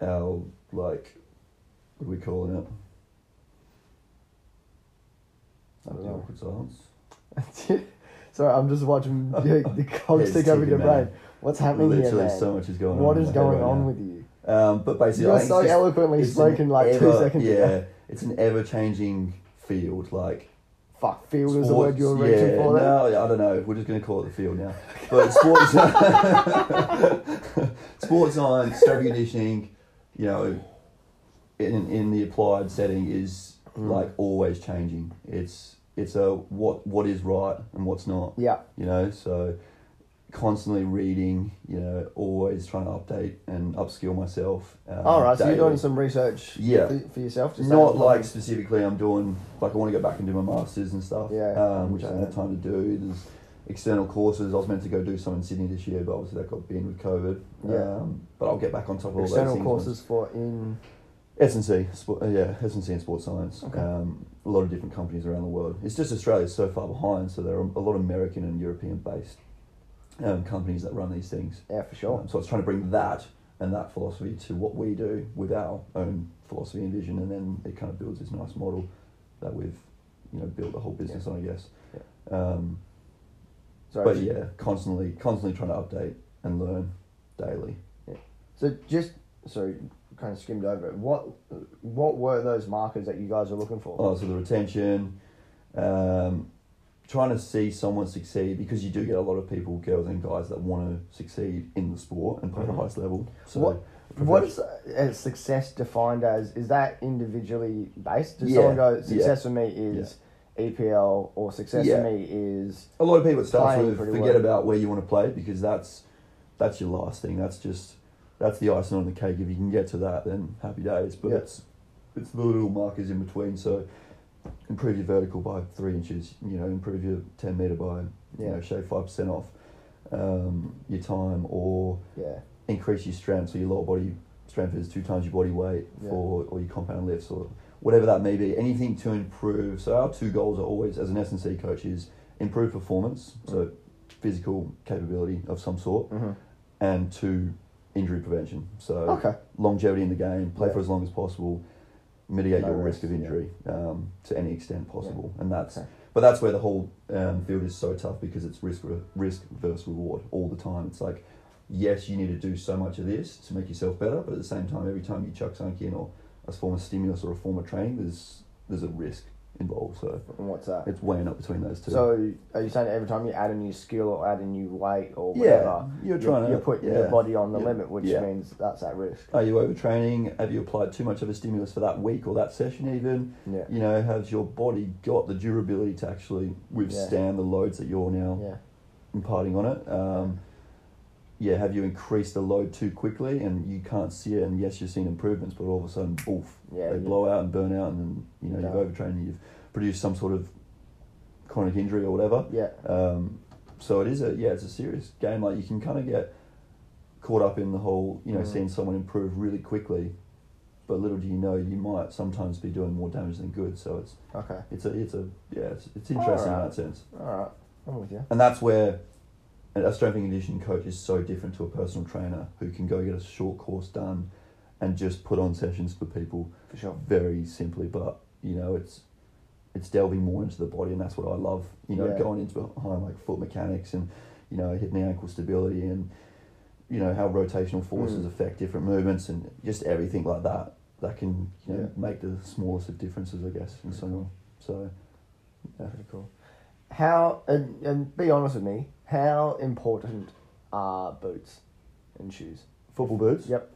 [SPEAKER 2] our like what are we calling it?
[SPEAKER 1] I don't
[SPEAKER 2] The
[SPEAKER 1] know.
[SPEAKER 2] awkward silence.
[SPEAKER 1] Sorry, I'm just watching the, the cogs
[SPEAKER 2] It's
[SPEAKER 1] tick over
[SPEAKER 2] ticking,
[SPEAKER 1] your
[SPEAKER 2] man.
[SPEAKER 1] brain. What's happening
[SPEAKER 2] Literally,
[SPEAKER 1] here, man?
[SPEAKER 2] so much is going on.
[SPEAKER 1] what
[SPEAKER 2] in
[SPEAKER 1] is
[SPEAKER 2] my head
[SPEAKER 1] going
[SPEAKER 2] right
[SPEAKER 1] on
[SPEAKER 2] now.
[SPEAKER 1] with you?
[SPEAKER 2] Um, but basically, I
[SPEAKER 1] You're
[SPEAKER 2] think
[SPEAKER 1] so
[SPEAKER 2] it's just-
[SPEAKER 1] eloquently
[SPEAKER 2] it's an
[SPEAKER 1] spoken like two
[SPEAKER 2] ever-
[SPEAKER 1] seconds
[SPEAKER 2] Yeah,
[SPEAKER 1] ago.
[SPEAKER 2] it's an ever-changing field. Like
[SPEAKER 1] Fuck, field is the word you were
[SPEAKER 2] Sports-
[SPEAKER 1] reaching
[SPEAKER 2] yeah,
[SPEAKER 1] for there.
[SPEAKER 2] No, yeah, I don't know. We're just going to call it the field now. But sports, sports science, strength conditioning, you know, in in the applied setting is
[SPEAKER 1] Hmm.
[SPEAKER 2] like always changing. It's it's a what what is right and what's not.
[SPEAKER 1] Yeah.
[SPEAKER 2] You know, so constantly reading. You know, always trying to update and upskill myself. Um,
[SPEAKER 1] All right, so you're
[SPEAKER 2] daily.
[SPEAKER 1] doing some research
[SPEAKER 2] Yeah.
[SPEAKER 1] for, for yourself? Just
[SPEAKER 2] Not
[SPEAKER 1] that-
[SPEAKER 2] like specifically, I'm doing like I want to go back and do my masters and stuff.
[SPEAKER 1] Yeah,
[SPEAKER 2] um, which I haven't had
[SPEAKER 1] 100%.
[SPEAKER 2] time to do. There's external courses. I was meant to go do some in Sydney this year, but obviously that got binned with COVID.
[SPEAKER 1] Yeah.
[SPEAKER 2] Um, but I'll get back on top of all
[SPEAKER 1] external
[SPEAKER 2] those
[SPEAKER 1] courses for in...
[SPEAKER 2] S and C, uh, yeah, S and C and sports science.
[SPEAKER 1] Okay.
[SPEAKER 2] Um, a lot of different companies around the world. It's just Australia's so far behind, so there are a lot of American and European based um, companies that run these things.
[SPEAKER 1] Yeah, for sure.
[SPEAKER 2] Um, so I was trying to bring that and that philosophy to what we do with our own philosophy and vision, and then it kind of builds this nice model that we've you know built the whole business on, I guess. Um,
[SPEAKER 1] So
[SPEAKER 2] but yeah, constantly, constantly trying to update and learn daily.
[SPEAKER 1] So just so kind of skimmed over it. What what were those markers that you guys were looking for?
[SPEAKER 2] Oh, so the retention, um, trying to see someone succeed because you do get a lot of people, girls and guys, that want to succeed in the sport and play at the highest level. So
[SPEAKER 1] Mm-hmm. What- What is uh, success defined as? Is that individually based? Does someone
[SPEAKER 2] Yeah,
[SPEAKER 1] go, success for me is EPL, or success
[SPEAKER 2] Yeah.
[SPEAKER 1] for me is
[SPEAKER 2] a lot of people it starts
[SPEAKER 1] Playing
[SPEAKER 2] with
[SPEAKER 1] pretty
[SPEAKER 2] forget
[SPEAKER 1] well.
[SPEAKER 2] about where you want to play because that's that's your last thing. That's just that's the icing on the cake. If you can get to that, then happy days. But
[SPEAKER 1] Yeah.
[SPEAKER 2] it's it's the little markers in between. So improve your vertical by three inches. You know, improve your ten meter by you
[SPEAKER 1] Yeah.
[SPEAKER 2] know shave five percent off um, your time or
[SPEAKER 1] yeah,
[SPEAKER 2] increase your strength. So your lower body strength is two times your body weight
[SPEAKER 1] Yeah.
[SPEAKER 2] for or your compound lifts or whatever that may be. Anything to improve. So our two goals are always as an S and C coach is improve performance, so
[SPEAKER 1] Mm-hmm.
[SPEAKER 2] physical capability of some sort,
[SPEAKER 1] Mhm.
[SPEAKER 2] and two injury prevention. So
[SPEAKER 1] Okay.
[SPEAKER 2] longevity in the game, play for
[SPEAKER 1] Yeah.
[SPEAKER 2] as long as possible, mitigate
[SPEAKER 1] No
[SPEAKER 2] your
[SPEAKER 1] risk,
[SPEAKER 2] risk of
[SPEAKER 1] yeah.
[SPEAKER 2] injury um, to any extent possible, and that's.
[SPEAKER 1] Okay.
[SPEAKER 2] But that's where the whole um, field is so tough because it's risk re- risk versus reward all the time. It's like, yes, you need to do so much of this to make yourself better, but at the same time, every time you chuck something in or a form of stimulus or a form of training, there's there's a risk involved. So
[SPEAKER 1] and what's that?
[SPEAKER 2] it's weighing up between those two.
[SPEAKER 1] So are you saying every time you add a new skill or add a new weight or
[SPEAKER 2] Yeah,
[SPEAKER 1] whatever,
[SPEAKER 2] you're trying to-
[SPEAKER 1] you're putting your
[SPEAKER 2] yeah,
[SPEAKER 1] body on the
[SPEAKER 2] yeah,
[SPEAKER 1] limit, which
[SPEAKER 2] yeah.
[SPEAKER 1] means that's at risk.
[SPEAKER 2] Are you overtraining? Have you applied too much of a stimulus for that week or that session even?
[SPEAKER 1] Yeah.
[SPEAKER 2] You know, has your body got the durability to actually withstand the loads that you're now
[SPEAKER 1] Yeah.
[SPEAKER 2] imparting on it? Um, yeah, have you increased the load too quickly and you can't see it? And yes, you've seen improvements, but all of a sudden, oof,
[SPEAKER 1] Yeah,
[SPEAKER 2] they
[SPEAKER 1] yeah.
[SPEAKER 2] blow out and burn out, and then you know
[SPEAKER 1] Yeah.
[SPEAKER 2] you've overtrained and you've produced some sort of chronic injury or whatever.
[SPEAKER 1] Yeah.
[SPEAKER 2] Um, so it is a yeah, it's a serious game. Like you can kind of get caught up in the whole you know
[SPEAKER 1] Mm.
[SPEAKER 2] seeing someone improve really quickly, but little do you know you might sometimes be doing more damage than good. So it's
[SPEAKER 1] Okay.
[SPEAKER 2] it's a it's a yeah, it's, it's interesting in
[SPEAKER 1] Alright.
[SPEAKER 2] that sense.
[SPEAKER 1] All right. I'm with you.
[SPEAKER 2] And that's where a strength and conditioning coach is so different to a personal trainer who can go get a short course done and just put on sessions for people
[SPEAKER 1] For sure.
[SPEAKER 2] very simply. But you know, it's it's delving more into the body, and that's what I love. You know,
[SPEAKER 1] Yeah.
[SPEAKER 2] going into behind like foot mechanics and you know hip and ankle stability and you know how rotational forces
[SPEAKER 1] Mm.
[SPEAKER 2] affect different movements and just everything like that. That can you know
[SPEAKER 1] Yeah.
[SPEAKER 2] make the smallest of differences, I guess, in
[SPEAKER 1] Pretty
[SPEAKER 2] someone. So yeah.
[SPEAKER 1] Pretty cool. How and, and be honest with me. How important are boots and shoes?
[SPEAKER 2] football boots.
[SPEAKER 1] Yep.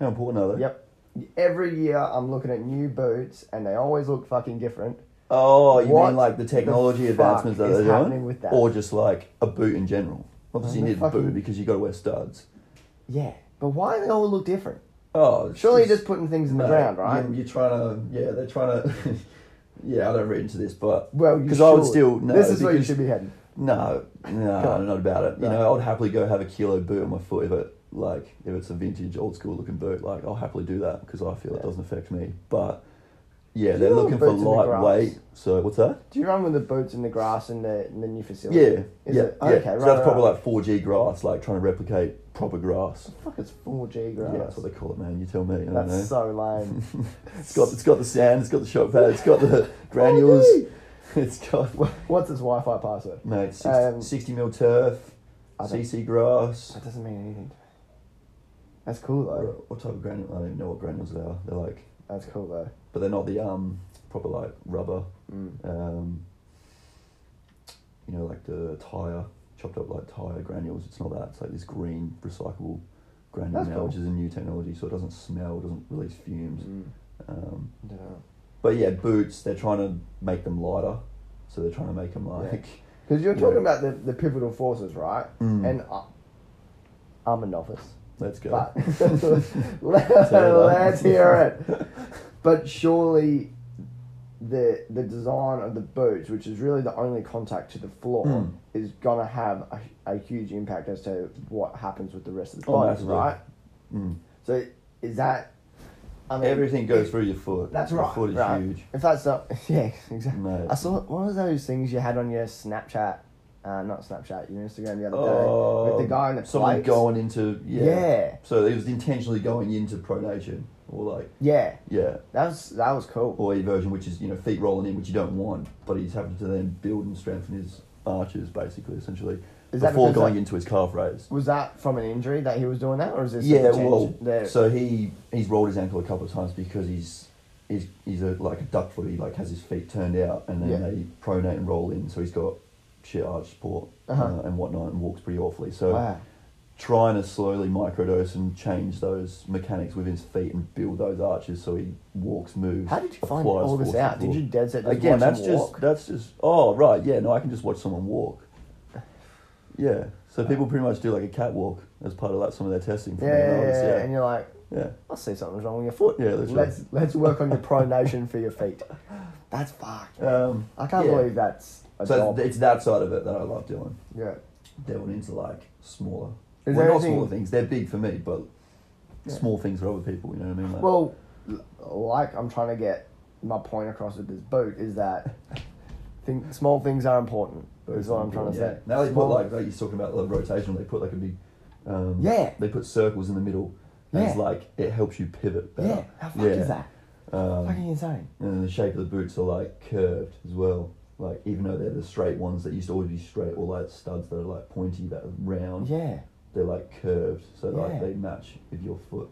[SPEAKER 2] How important are they?
[SPEAKER 1] Yep. Every year I'm looking at new boots and they always look fucking different.
[SPEAKER 2] Oh, you
[SPEAKER 1] What
[SPEAKER 2] mean like the
[SPEAKER 1] the
[SPEAKER 2] technology
[SPEAKER 1] fuck
[SPEAKER 2] advancements that
[SPEAKER 1] is
[SPEAKER 2] they're doing,
[SPEAKER 1] happening with that?
[SPEAKER 2] or just like a boot in general? Obviously,
[SPEAKER 1] What
[SPEAKER 2] you need
[SPEAKER 1] the
[SPEAKER 2] a
[SPEAKER 1] fuck is-
[SPEAKER 2] boot because you got to wear studs.
[SPEAKER 1] Yeah. But why do they all look different?
[SPEAKER 2] Oh, it's
[SPEAKER 1] Surely you're just putting things in the
[SPEAKER 2] no,
[SPEAKER 1] ground, right?
[SPEAKER 2] you- You're, trying to, yeah, they're trying to. yeah, I don't read into this, but
[SPEAKER 1] well, you
[SPEAKER 2] because I would
[SPEAKER 1] should.
[SPEAKER 2] still no,
[SPEAKER 1] this is where you
[SPEAKER 2] because-
[SPEAKER 1] should be heading.
[SPEAKER 2] No, no,
[SPEAKER 1] Come on.
[SPEAKER 2] not about it. You
[SPEAKER 1] No.
[SPEAKER 2] know, I'd happily go have a kilo boot on my foot if it like if it's a vintage, old school looking boot. Like I'll happily do that because I feel
[SPEAKER 1] Yeah.
[SPEAKER 2] it doesn't affect me. But yeah,
[SPEAKER 1] Do
[SPEAKER 2] they're
[SPEAKER 1] you know
[SPEAKER 2] looking for
[SPEAKER 1] boots in the grass?
[SPEAKER 2] lightweight. So what's that?
[SPEAKER 1] Do you run with the boots in the grass in the in the new facility?
[SPEAKER 2] Yeah,
[SPEAKER 1] Is
[SPEAKER 2] yeah,
[SPEAKER 1] it?
[SPEAKER 2] yeah.
[SPEAKER 1] Okay,
[SPEAKER 2] so
[SPEAKER 1] right,
[SPEAKER 2] that's
[SPEAKER 1] right,
[SPEAKER 2] probably
[SPEAKER 1] right.
[SPEAKER 2] like 4G grass, like trying to replicate proper grass.
[SPEAKER 1] Fuck, it's four G grass.
[SPEAKER 2] Yeah, that's what they call it, man. You tell me. I don't
[SPEAKER 1] That's
[SPEAKER 2] know.
[SPEAKER 1] so lame.
[SPEAKER 2] it's got it's got the sand, it's got the shock pad, it's got the granules, it's got
[SPEAKER 1] What's its Wi-Fi password?
[SPEAKER 2] mate 60,
[SPEAKER 1] Um,
[SPEAKER 2] 60 mil turf,
[SPEAKER 1] I don't-
[SPEAKER 2] CC grass.
[SPEAKER 1] That doesn't mean anything. to me. That's cool though.
[SPEAKER 2] What type of granule? I don't even know what granules they are. They're like,
[SPEAKER 1] That's cool though.
[SPEAKER 2] but they're not the um proper like rubber.
[SPEAKER 1] Mm.
[SPEAKER 2] Um, you know, like the tire chopped up like tire granules. It's not that. It's like this green recyclable granule
[SPEAKER 1] That's
[SPEAKER 2] now,
[SPEAKER 1] cool.
[SPEAKER 2] which is a new technology, so it doesn't smell, doesn't release fumes.
[SPEAKER 1] Mm.
[SPEAKER 2] Um,
[SPEAKER 1] Dunno.
[SPEAKER 2] But yeah, boots, they're trying to make them lighter. So they're trying to make them like.
[SPEAKER 1] Because you're
[SPEAKER 2] Yeah.
[SPEAKER 1] talking about the, the pivotal forces, right?
[SPEAKER 2] Mm.
[SPEAKER 1] And I, I'm a novice,
[SPEAKER 2] Let's go.
[SPEAKER 1] but
[SPEAKER 2] that.
[SPEAKER 1] let's hear it. But surely the the design of the boots, which is really the only contact to the floor,
[SPEAKER 2] Mm.
[SPEAKER 1] is gonna have a, a huge impact as to what happens with the rest of the
[SPEAKER 2] Oh,
[SPEAKER 1] body,
[SPEAKER 2] massively.
[SPEAKER 1] right?
[SPEAKER 2] Mm.
[SPEAKER 1] So is that? I mean,
[SPEAKER 2] Everything goes
[SPEAKER 1] if-
[SPEAKER 2] through your foot.
[SPEAKER 1] That's
[SPEAKER 2] your
[SPEAKER 1] right.
[SPEAKER 2] foot is
[SPEAKER 1] right.
[SPEAKER 2] huge.
[SPEAKER 1] If that's not, yeah, exactly.
[SPEAKER 2] No.
[SPEAKER 1] I saw what was those things you had on your Snapchat uh, not Snapchat, your Instagram the other
[SPEAKER 2] Oh,
[SPEAKER 1] day with the guy on the
[SPEAKER 2] someone
[SPEAKER 1] plates.
[SPEAKER 2] going into yeah.
[SPEAKER 1] Yeah.
[SPEAKER 2] So it was intentionally going into pronation or like
[SPEAKER 1] Yeah,
[SPEAKER 2] yeah,
[SPEAKER 1] that was that was cool.
[SPEAKER 2] or eversion, which is you know feet rolling in, which you don't want, but he's having to then build and strengthen his arches basically, essentially
[SPEAKER 1] Is that
[SPEAKER 2] before
[SPEAKER 1] because
[SPEAKER 2] going
[SPEAKER 1] that-
[SPEAKER 2] into his calf raise.
[SPEAKER 1] Was that from an injury that he was doing that, or is this
[SPEAKER 2] Yeah,
[SPEAKER 1] a change
[SPEAKER 2] well,
[SPEAKER 1] there?
[SPEAKER 2] so he he's rolled his ankle a couple of times because he's he's he's a, like a duck foot. He like has his feet turned out, and then
[SPEAKER 1] Yeah.
[SPEAKER 2] they pronate and roll in. So he's got shit arch support
[SPEAKER 1] Uh-huh.
[SPEAKER 2] uh, and whatnot, and walks pretty awfully. So
[SPEAKER 1] wow.
[SPEAKER 2] trying to slowly microdose and change those mechanics within his feet and build those arches so he walks, moves.
[SPEAKER 1] How did you find
[SPEAKER 2] applies
[SPEAKER 1] all this
[SPEAKER 2] force to
[SPEAKER 1] out?
[SPEAKER 2] the
[SPEAKER 1] Did
[SPEAKER 2] floor.
[SPEAKER 1] you dead set just
[SPEAKER 2] Again,
[SPEAKER 1] watch him
[SPEAKER 2] that's just
[SPEAKER 1] walk?
[SPEAKER 2] that's just oh right, yeah, no, I can just watch someone walk. Yeah. So people pretty much do like a catwalk as part of like some of their testing for
[SPEAKER 1] Yeah,
[SPEAKER 2] their
[SPEAKER 1] yeah,
[SPEAKER 2] notice,
[SPEAKER 1] yeah, and you're like,
[SPEAKER 2] yeah.
[SPEAKER 1] I see something's wrong with your foot.
[SPEAKER 2] Yeah, literally.
[SPEAKER 1] let's let's work on your pronation for your feet. That's fucked.
[SPEAKER 2] Yeah. Um,
[SPEAKER 1] I can't
[SPEAKER 2] yeah.
[SPEAKER 1] believe that's a
[SPEAKER 2] So
[SPEAKER 1] job.
[SPEAKER 2] it's- it's that side of it that I love doing.
[SPEAKER 1] yeah.
[SPEAKER 2] Delving into like smaller, well,
[SPEAKER 1] Is there
[SPEAKER 2] not
[SPEAKER 1] anything-
[SPEAKER 2] smaller things. They're big for me, but small things for other people. You know what I mean? Like,
[SPEAKER 1] Well, l- like I'm trying to get my point across with this boot is that think small things are important. Is what I'm trying to
[SPEAKER 2] Yeah.
[SPEAKER 1] say.
[SPEAKER 2] Now they put
[SPEAKER 1] Small-
[SPEAKER 2] like, like you're talking about the rotational. They put like a big. Um,
[SPEAKER 1] Yeah.
[SPEAKER 2] They put circles in the middle. And It's
[SPEAKER 1] Yeah.
[SPEAKER 2] like it helps you pivot better.
[SPEAKER 1] yeah. How fucked is that?
[SPEAKER 2] Um,
[SPEAKER 1] Fucking insane.
[SPEAKER 2] And then the shape of the boots are like curved as well. Like even though they're the straight ones that used to always be straight, or like studs that are like pointy, that are round.
[SPEAKER 1] Yeah.
[SPEAKER 2] They're like curved, so like
[SPEAKER 1] Yeah.
[SPEAKER 2] they match with your foot.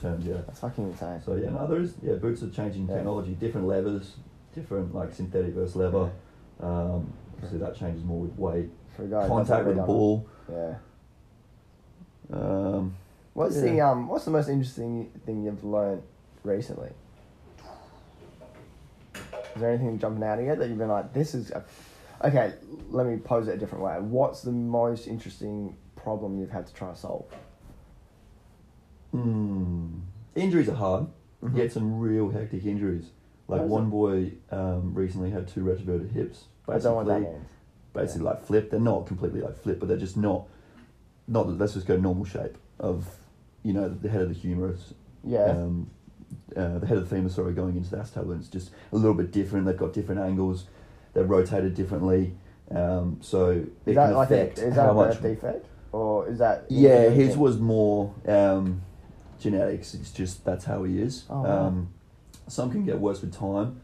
[SPEAKER 2] Terms, yeah.
[SPEAKER 1] That's fucking insane.
[SPEAKER 2] So yeah, no, there is yeah. Boots are changing
[SPEAKER 1] Yeah.
[SPEAKER 2] technology, different levers, different like synthetic versus leather. Um, so that changes more with weight,
[SPEAKER 1] For a guy that doesn't
[SPEAKER 2] contact with the
[SPEAKER 1] really
[SPEAKER 2] ball.
[SPEAKER 1] know. Yeah.
[SPEAKER 2] Um,
[SPEAKER 1] What's
[SPEAKER 2] Yeah.
[SPEAKER 1] the um? What's the most interesting thing you've learned recently? Is there anything jumping out at you that you've been like, this is, a... okay? Let me pose it a different way. What's the most interesting problem you've had to try to solve?
[SPEAKER 2] Mm. Injuries are hard. You get some real hectic injuries. Like
[SPEAKER 1] Mm-hmm. How is
[SPEAKER 2] one boy um, recently had two retroverted hips.
[SPEAKER 1] I don't want that
[SPEAKER 2] basically-
[SPEAKER 1] means.
[SPEAKER 2] Basically, like flip. They're not completely like flip, but they're just not. Not let's just go normal shape of, you know, the head of the humerus.
[SPEAKER 1] Yeah.
[SPEAKER 2] Um, uh, the head of the femur, sorry, going into the acetabulum, it's just a little bit different. They've got different angles. They're rotated differently. Um, so it
[SPEAKER 1] Is that
[SPEAKER 2] can
[SPEAKER 1] like a,
[SPEAKER 2] affect
[SPEAKER 1] is that
[SPEAKER 2] how
[SPEAKER 1] a
[SPEAKER 2] much
[SPEAKER 1] birth defect or is that?
[SPEAKER 2] yeah, his was more um, genetics. It's just that's how he is.
[SPEAKER 1] Oh, wow.
[SPEAKER 2] um, some can get worse with time,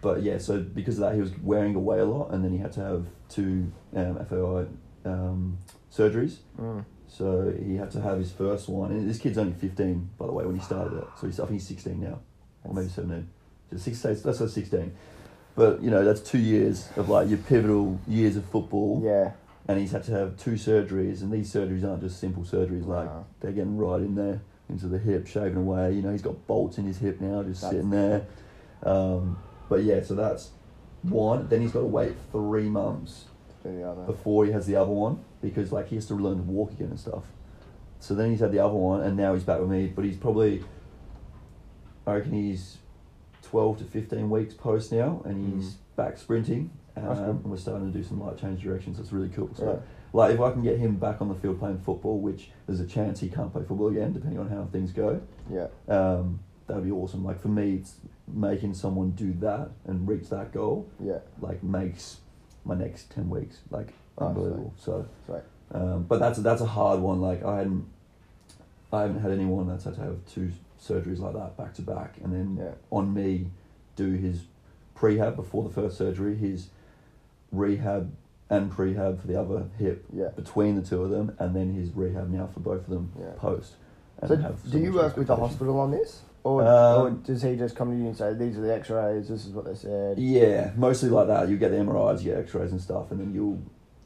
[SPEAKER 2] but yeah. So because of that, he was wearing away a lot, and then he had to have two um, FOI um, surgeries.
[SPEAKER 1] Mm.
[SPEAKER 2] So he had to have his first one, and this kid's only fifteen, by the way, when he started it. So he's I think he's sixteen now, or maybe seventeen. So six days. That's like sixteen. But you know that's two years of like your pivotal years of football
[SPEAKER 1] Yeah.
[SPEAKER 2] and he's had to have two surgeries, and these surgeries aren't just simple surgeries. Like
[SPEAKER 1] No.
[SPEAKER 2] they're getting right in there into the hip, shaving away. You know, he's got bolts in his hip now, just
[SPEAKER 1] That's-
[SPEAKER 2] sitting there. Um, but yeah, so that's one. Then he's got to wait three months
[SPEAKER 1] Do the other.
[SPEAKER 2] before he has the other one because like he has to learn to walk again and stuff. So then he's had the other one, and now he's back with me. But he's probably, I reckon he's twelve to fifteen weeks post now, and he's back sprinting. Um,
[SPEAKER 1] That's cool.
[SPEAKER 2] and we're starting to do some light change directions. That's really cool. So,
[SPEAKER 1] Yeah.
[SPEAKER 2] like if I can get him back on the field playing football, which there's a chance he can't play football again, depending on how things go.
[SPEAKER 1] Yeah.
[SPEAKER 2] Um, that'd be awesome. Like for me, it's making someone do that and reach that goal
[SPEAKER 1] Yeah.
[SPEAKER 2] like makes my next 10 weeks like
[SPEAKER 1] Oh, sorry.
[SPEAKER 2] unbelievable so
[SPEAKER 1] Sorry.
[SPEAKER 2] um, but that's that's a hard one like i hadn't i haven't had anyone that's had to have two surgeries like that back to back and then
[SPEAKER 1] Yeah.
[SPEAKER 2] on me do his prehab before the first surgery his rehab and prehab for the other hip
[SPEAKER 1] Yeah.
[SPEAKER 2] between the two of them and then his rehab now for both of them
[SPEAKER 1] Yeah.
[SPEAKER 2] post and
[SPEAKER 1] So
[SPEAKER 2] have so
[SPEAKER 1] do you
[SPEAKER 2] much
[SPEAKER 1] work with the
[SPEAKER 2] expectation.
[SPEAKER 1] hospital on this, or, or
[SPEAKER 2] Um,
[SPEAKER 1] does he just come to you and say these are the X-rays? This is what they said.
[SPEAKER 2] Yeah, mostly like that. You get the MRIs, you get X-rays and stuff, and then you'll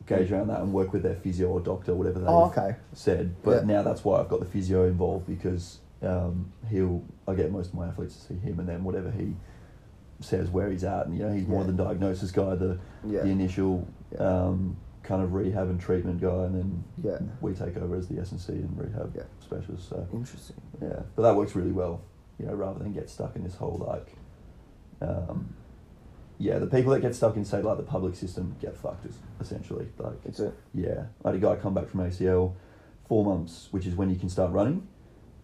[SPEAKER 2] gauge around that and work with their physio or doctor, whatever they
[SPEAKER 1] Oh, okay.
[SPEAKER 2] said. But
[SPEAKER 1] Yeah.
[SPEAKER 2] now that's why I've got the physio involved because um, he'll. I get most of my athletes to see him, and then whatever he says, where he's at, and you know, he's more
[SPEAKER 1] Yeah.
[SPEAKER 2] the diagnosis guy, the
[SPEAKER 1] Yeah.
[SPEAKER 2] the initial
[SPEAKER 1] Yeah.
[SPEAKER 2] um, kind of rehab and treatment guy, and then
[SPEAKER 1] Yeah.
[SPEAKER 2] we take over as the S and C and rehab
[SPEAKER 1] Yeah.
[SPEAKER 2] specialist. So
[SPEAKER 1] Interesting.
[SPEAKER 2] yeah, but that works really well, you know, rather than get stuck in this whole like, um, yeah, the people that get stuck in say like the public system get fucked es- essentially. Like,
[SPEAKER 1] It's a
[SPEAKER 2] yeah, I had a guy come back from ACL, four months, which is when you can start running,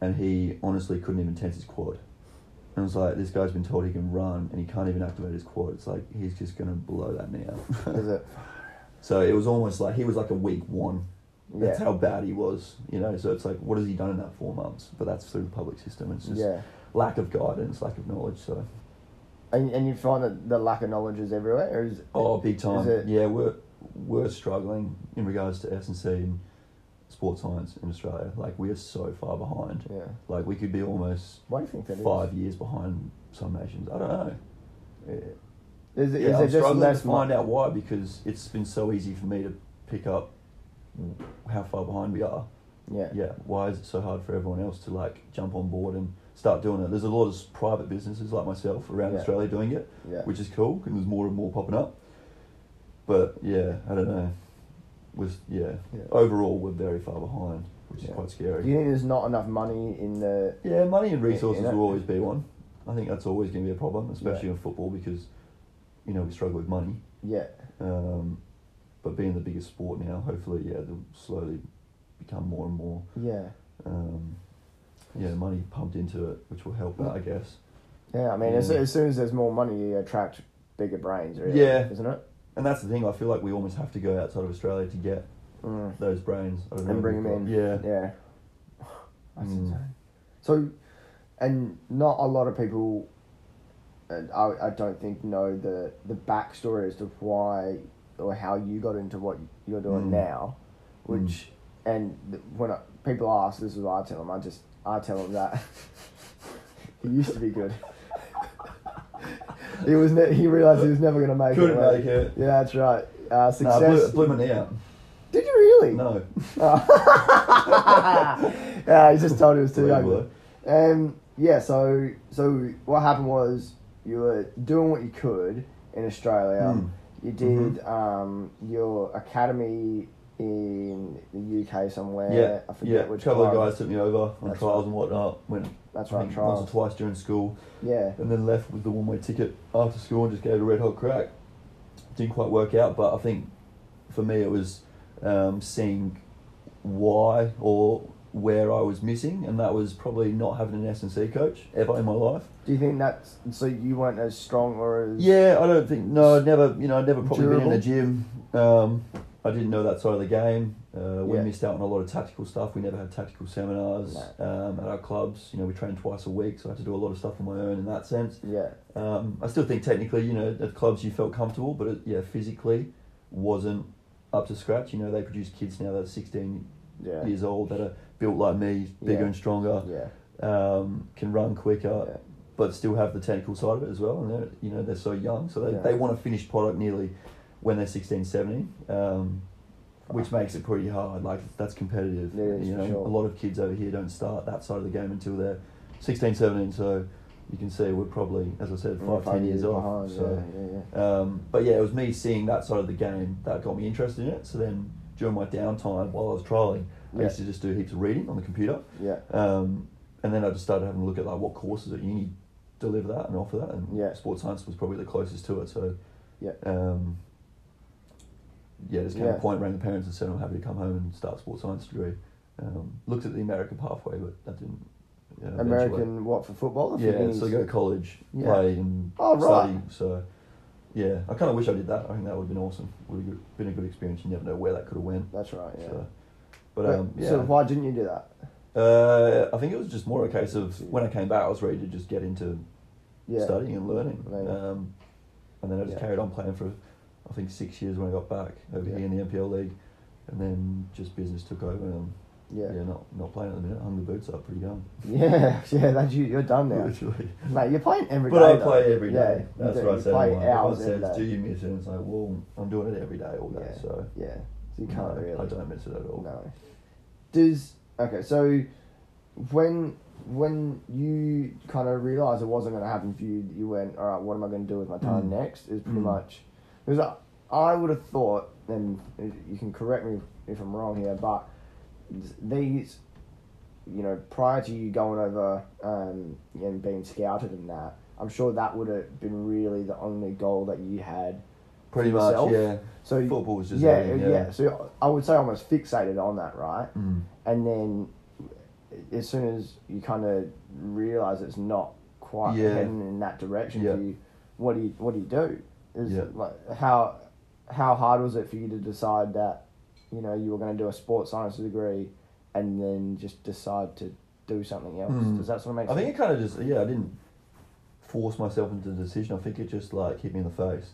[SPEAKER 2] and he honestly couldn't even tense his quad. And I was like, this guy's been told he can run and he can't even activate his quad. It's like he's just gonna blow that knee out.
[SPEAKER 1] is it
[SPEAKER 2] So it was almost like he was like a week one. That's
[SPEAKER 1] Yeah.
[SPEAKER 2] how bad he was, you know. So it's like, what has he done in that four months? But that's through the public system. It's just
[SPEAKER 1] yeah.
[SPEAKER 2] lack of guidance, lack of knowledge. So
[SPEAKER 1] And, and you find that the lack of knowledge is everywhere, or is
[SPEAKER 2] oh, big
[SPEAKER 1] Is
[SPEAKER 2] time.
[SPEAKER 1] it-
[SPEAKER 2] Yeah, we're we're struggling in regards to S and C and sports science in Australia. Like we are so far behind.
[SPEAKER 1] yeah.
[SPEAKER 2] Like we could be almost
[SPEAKER 1] Why do you think that is?
[SPEAKER 2] five years behind some nations. I don't know.
[SPEAKER 1] Is, it is
[SPEAKER 2] Yeah,
[SPEAKER 1] it
[SPEAKER 2] I'm
[SPEAKER 1] just
[SPEAKER 2] struggling
[SPEAKER 1] less
[SPEAKER 2] to find
[SPEAKER 1] mo-
[SPEAKER 2] out why because it's been so easy for me to pick up how far behind we are.
[SPEAKER 1] Yeah.
[SPEAKER 2] Yeah, why is it so hard for everyone else to like jump on board and start doing it? There's a lot of private businesses like myself around
[SPEAKER 1] Yeah.
[SPEAKER 2] Australia doing it,
[SPEAKER 1] Yeah.
[SPEAKER 2] which is cool because there's more and more popping up. But yeah, I don't know. Was yeah.
[SPEAKER 1] Yeah.
[SPEAKER 2] Overall, we're very far behind, which is
[SPEAKER 1] Yeah.
[SPEAKER 2] quite
[SPEAKER 1] Do
[SPEAKER 2] scary.
[SPEAKER 1] you think there's not enough money in the?
[SPEAKER 2] Yeah, money and
[SPEAKER 1] Yeah,
[SPEAKER 2] resources
[SPEAKER 1] yeah, that-
[SPEAKER 2] will always be one. I think that's always going to be a problem, especially in football because, you know, we struggle with money.
[SPEAKER 1] Yeah.
[SPEAKER 2] Um, but being the biggest sport now, hopefully, yeah, they'll slowly become more and more,
[SPEAKER 1] Yeah.
[SPEAKER 2] um, yeah, money pumped into it, which will help that, I guess.
[SPEAKER 1] Yeah. I mean, As,
[SPEAKER 2] Yeah.
[SPEAKER 1] as soon as there's more money, you attract bigger brains, really.
[SPEAKER 2] Yeah.
[SPEAKER 1] Isn't it?
[SPEAKER 2] And that's the thing. I feel like we almost have to go outside of Australia to get
[SPEAKER 1] Mm.
[SPEAKER 2] those brains. I don't know
[SPEAKER 1] And
[SPEAKER 2] if
[SPEAKER 1] bring
[SPEAKER 2] we've
[SPEAKER 1] them in.
[SPEAKER 2] got- Yeah.
[SPEAKER 1] Yeah. That's
[SPEAKER 2] Mm.
[SPEAKER 1] insane. So, and not a lot of people, and I, I don't think know the the backstory as to why or how you got into what you're doing
[SPEAKER 2] Mm.
[SPEAKER 1] now, which
[SPEAKER 2] Mm.
[SPEAKER 1] and th- when I, people ask, this is what I tell them. I just I tell them that he used to be good. he was ne- he realized he was never gonna make
[SPEAKER 2] Couldn't
[SPEAKER 1] it. right?
[SPEAKER 2] make it.
[SPEAKER 1] Yeah, that's right. Uh,
[SPEAKER 2] Nah, I
[SPEAKER 1] success.
[SPEAKER 2] blew, blew my knee out.
[SPEAKER 1] Did you really?
[SPEAKER 2] No.
[SPEAKER 1] yeah, he just told he was too
[SPEAKER 2] Well,
[SPEAKER 1] young.
[SPEAKER 2] you were.
[SPEAKER 1] Um, yeah, so so what happened was you were doing what you could in Australia.
[SPEAKER 2] Mm.
[SPEAKER 1] You did um, your academy in the UK somewhere.
[SPEAKER 2] Yeah,
[SPEAKER 1] I forget
[SPEAKER 2] yeah.
[SPEAKER 1] which
[SPEAKER 2] a couple of
[SPEAKER 1] club.
[SPEAKER 2] guys took me over on
[SPEAKER 1] That's
[SPEAKER 2] trials
[SPEAKER 1] right.
[SPEAKER 2] and whatnot. Went
[SPEAKER 1] That's
[SPEAKER 2] I
[SPEAKER 1] right,
[SPEAKER 2] think
[SPEAKER 1] trials.
[SPEAKER 2] once or twice during school,
[SPEAKER 1] Yeah,
[SPEAKER 2] and then left with the one-way ticket after school and just gave it a red hot crack. Didn't quite work out, but I think for me it was um, seeing why or where I was missing, and that was probably not having an S and C coach ever in my life.
[SPEAKER 1] do you think that's so you weren't as strong or as
[SPEAKER 2] Yeah, I don't think no, I'd never you know I'd never probably been in a
[SPEAKER 1] Durable.
[SPEAKER 2] gym. Um, I didn't know that side of the game. Uh, we
[SPEAKER 1] Yeah.
[SPEAKER 2] missed out on a lot of tactical stuff. We never had tactical seminars um, at our clubs. You know, we trained twice a week, so I had to do a lot of stuff on my own in that sense.
[SPEAKER 1] yeah
[SPEAKER 2] Um, I still think technically, you know, at clubs you felt comfortable, but it, yeah, physically wasn't up to scratch. You know, they produce kids now that are 16
[SPEAKER 1] yeah
[SPEAKER 2] years old that are built like me, bigger
[SPEAKER 1] Yeah.
[SPEAKER 2] and stronger,
[SPEAKER 1] yeah
[SPEAKER 2] um, can run quicker,
[SPEAKER 1] Yeah.
[SPEAKER 2] but still have the technical side of it as well. And they're, you know, they're so young, so they,
[SPEAKER 1] Yeah.
[SPEAKER 2] they want a finished product nearly when they're 16, 17, um, which makes it pretty hard. Like, that's competitive.
[SPEAKER 1] It is,
[SPEAKER 2] you
[SPEAKER 1] for
[SPEAKER 2] know,
[SPEAKER 1] sure.
[SPEAKER 2] a lot of kids over here don't start that side of the game until they're 16, 17, so you can see we're probably, as I said, five, ten years off.
[SPEAKER 1] behind,
[SPEAKER 2] so.
[SPEAKER 1] yeah, yeah, yeah.
[SPEAKER 2] Um, but yeah, it was me seeing that side of the game that got me interested in it. So then during my downtime while I was trialing, I
[SPEAKER 1] Yeah.
[SPEAKER 2] used to just do heaps of reading on the computer.
[SPEAKER 1] Yeah.
[SPEAKER 2] Um, and then I just started having a look at like what courses at uni deliver that and offer that. And
[SPEAKER 1] Yeah.
[SPEAKER 2] sports science was probably the closest to it. So
[SPEAKER 1] Yeah.
[SPEAKER 2] um, yeah, just came
[SPEAKER 1] Yeah.
[SPEAKER 2] a point, rang the parents and said I'm happy to come home and start a sports science degree. Um, looked at the American pathway, but that didn't. Yeah, eventually-
[SPEAKER 1] American what for football? I think it
[SPEAKER 2] yeah,
[SPEAKER 1] is.
[SPEAKER 2] so go to college,
[SPEAKER 1] Yeah.
[SPEAKER 2] play, and
[SPEAKER 1] Oh, right.
[SPEAKER 2] study. So, yeah, I kind of wish I did that. I think that would have been awesome. Would have been a good experience. You never know where that could have went.
[SPEAKER 1] that's right. Yeah.
[SPEAKER 2] So, but um,
[SPEAKER 1] But-
[SPEAKER 2] yeah,
[SPEAKER 1] So why didn't you do that?
[SPEAKER 2] uh, I think it was just more a case of when I came back, I was ready to just get into
[SPEAKER 1] Yeah.
[SPEAKER 2] studying and learning.
[SPEAKER 1] Right.
[SPEAKER 2] Um, and then I just
[SPEAKER 1] Yeah.
[SPEAKER 2] carried on playing for, I think six years when I got back over
[SPEAKER 1] Yeah.
[SPEAKER 2] here in the NPL league, and then just business took over. And um,
[SPEAKER 1] Yeah.
[SPEAKER 2] yeah. not not playing at the minute. Hung the boots up pretty young.
[SPEAKER 1] Yeah, yeah, that's you. You're done now.
[SPEAKER 2] Literally.
[SPEAKER 1] Mate, you're playing every day.
[SPEAKER 2] But I
[SPEAKER 1] though.
[SPEAKER 2] play every
[SPEAKER 1] Yeah,
[SPEAKER 2] day.
[SPEAKER 1] you
[SPEAKER 2] That's
[SPEAKER 1] do.
[SPEAKER 2] what I
[SPEAKER 1] You
[SPEAKER 2] said.
[SPEAKER 1] play
[SPEAKER 2] Everyone
[SPEAKER 1] hours
[SPEAKER 2] says,
[SPEAKER 1] every day.
[SPEAKER 2] Do you miss it? And it's like, well, I'm doing it every day, all day.
[SPEAKER 1] Yeah.
[SPEAKER 2] So
[SPEAKER 1] Yeah, so you can't
[SPEAKER 2] no,
[SPEAKER 1] really.
[SPEAKER 2] I don't miss it at all.
[SPEAKER 1] No. Does okay? So when when you kind of realized it wasn't going to happen for you, you went, all right, what am I going to do with my time
[SPEAKER 2] Mm.
[SPEAKER 1] next? Is pretty
[SPEAKER 2] Mm.
[SPEAKER 1] much because I, I would have thought, and you can correct me if I'm wrong here, but these, you know, prior to you going over um, and being scouted and that, I'm sure that would have been really the only goal that you had.
[SPEAKER 2] Pretty
[SPEAKER 1] For
[SPEAKER 2] much,
[SPEAKER 1] yourself?
[SPEAKER 2] yeah.
[SPEAKER 1] So you-
[SPEAKER 2] Football was just
[SPEAKER 1] yeah,
[SPEAKER 2] everything,
[SPEAKER 1] yeah, So I would say almost fixated on that, right?
[SPEAKER 2] Mm.
[SPEAKER 1] And then as soon as you kind of realize it's not quite
[SPEAKER 2] Yeah.
[SPEAKER 1] heading in that direction,
[SPEAKER 2] Yeah.
[SPEAKER 1] you, what do you what do you do? Is
[SPEAKER 2] Yeah.
[SPEAKER 1] like how how hard was it for you to decide that, you know, you were going to do a sports science degree, and then just decide to do something else?
[SPEAKER 2] Hmm.
[SPEAKER 1] Does that sort of make
[SPEAKER 2] I
[SPEAKER 1] sense?
[SPEAKER 2] think it kind of just yeah, I didn't force myself into the decision. I think it just like hit me in the face.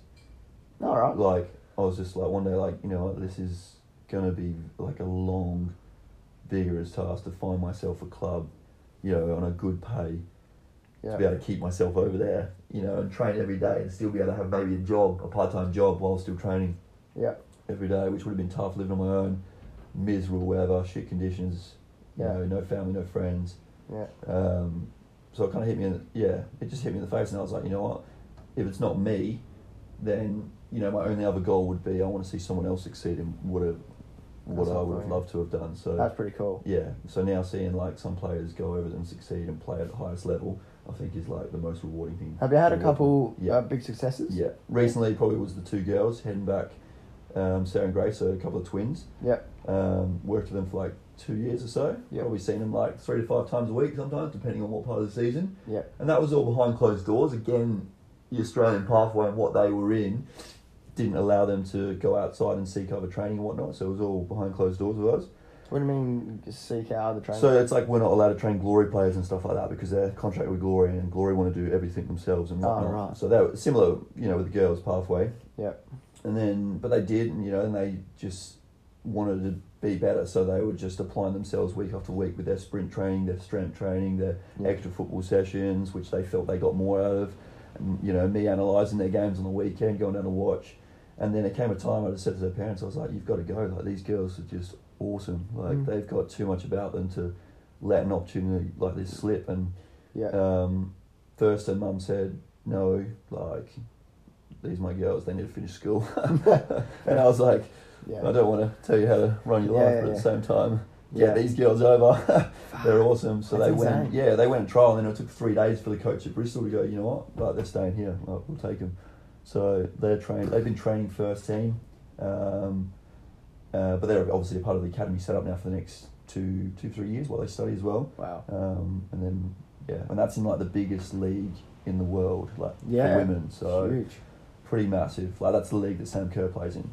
[SPEAKER 1] All right.
[SPEAKER 2] Like I was just like one day like you know what, this is gonna be like a long, vigorous task to find myself a club, you know, on a good pay to be
[SPEAKER 1] Yeah.
[SPEAKER 2] able to keep myself over there, you know, and train every day and still be able to have maybe a job, a part time job while still training
[SPEAKER 1] Yeah.
[SPEAKER 2] every day, which would have been tough living on my own, miserable weather, shit conditions, you
[SPEAKER 1] Yeah.
[SPEAKER 2] know, no family, no friends.
[SPEAKER 1] Yeah.
[SPEAKER 2] Um, so it kind of hit me in the, yeah, it just hit me in the face, and I was like, you know what? If it's not me, then you know my only other goal would be I want to see someone else succeed in what a, what
[SPEAKER 1] That's
[SPEAKER 2] I would have
[SPEAKER 1] something.
[SPEAKER 2] loved to have done. So
[SPEAKER 1] That's pretty cool.
[SPEAKER 2] yeah, so now seeing like some players go over and succeed and play at the highest level, I think is like the most rewarding thing.
[SPEAKER 1] Have you had
[SPEAKER 2] to
[SPEAKER 1] a
[SPEAKER 2] watch.
[SPEAKER 1] couple
[SPEAKER 2] Yeah.
[SPEAKER 1] uh, big successes?
[SPEAKER 2] Yeah, recently probably was the two girls heading back, um, Sarah and Grace, so a couple of twins.
[SPEAKER 1] Yep.
[SPEAKER 2] Um, worked with them for like two years or so.
[SPEAKER 1] Yeah.
[SPEAKER 2] Probably seen them like three to five times a week sometimes, depending on what part of the season.
[SPEAKER 1] Yep.
[SPEAKER 2] And that was all behind closed doors. Again, the Australian pathway and what they were in didn't allow them to go outside and seek other training and whatnot. So it was all behind closed doors with us.
[SPEAKER 1] What do you mean seek out the training?
[SPEAKER 2] So it's like we're not allowed to train Glory players and stuff like that because they're contract with Glory and Glory want to do everything themselves and
[SPEAKER 1] Oh,
[SPEAKER 2] whatnot.
[SPEAKER 1] right.
[SPEAKER 2] So they were similar, you know, with the girls' pathway.
[SPEAKER 1] Yep.
[SPEAKER 2] And then, but they did, and you know, and they just wanted to be better. So they were just applying themselves week after week with their sprint training, their strength training, their
[SPEAKER 1] Yeah.
[SPEAKER 2] extra football sessions, which they felt they got more out of. And, you know, me analysing their games on the weekend, going down to watch. And then it came a time I just said to their parents, I was like, you've got to go. Like, these girls are just awesome. Like,
[SPEAKER 1] Mm.
[SPEAKER 2] they've got too much about them to let an opportunity like this slip. And
[SPEAKER 1] Yeah.
[SPEAKER 2] um, first her mum said, no, like, these are my girls, they need to finish school. and I was like,
[SPEAKER 1] yeah.
[SPEAKER 2] I don't want to tell you how to run your
[SPEAKER 1] Yeah,
[SPEAKER 2] life,
[SPEAKER 1] yeah,
[SPEAKER 2] but at
[SPEAKER 1] yeah.
[SPEAKER 2] the same time, yeah,
[SPEAKER 1] Yeah.
[SPEAKER 2] these girls over. They're awesome. So
[SPEAKER 1] That's
[SPEAKER 2] they went,
[SPEAKER 1] insane.
[SPEAKER 2] yeah, they went on trial, and then it took three days for the coach at Bristol to go, you know what, like, they're staying here, like, we'll take them. So they're trained, they've been training first team, um, uh, but they're obviously a part of the academy setup now for the next two, two, three years while they study as well.
[SPEAKER 1] Wow.
[SPEAKER 2] Um, and then yeah, and that's in like the biggest league in the world, like
[SPEAKER 1] Yeah.
[SPEAKER 2] for women. So
[SPEAKER 1] Huge.
[SPEAKER 2] pretty massive. Like that's the league that Sam Kerr plays in.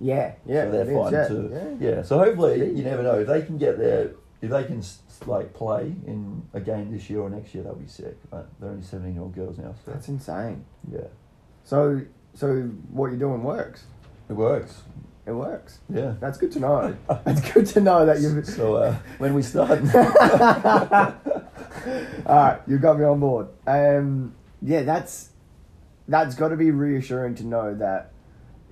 [SPEAKER 1] Yeah. Yeah.
[SPEAKER 2] so they're
[SPEAKER 1] it is,
[SPEAKER 2] fighting
[SPEAKER 1] yeah,
[SPEAKER 2] to
[SPEAKER 1] yeah.
[SPEAKER 2] So hopefully, you never know if they can get there. If they can s- like play in a game this year or next year, that'll be sick. But they're only seventeen year old girls now, so
[SPEAKER 1] That's insane.
[SPEAKER 2] yeah,
[SPEAKER 1] So, so what you're doing works.
[SPEAKER 2] it works.
[SPEAKER 1] It works.
[SPEAKER 2] Yeah.
[SPEAKER 1] That's good to know. That's good to know that you've.
[SPEAKER 2] So uh, when we start,
[SPEAKER 1] All right, you got me on board. Um, yeah, that's that's got to be reassuring to know that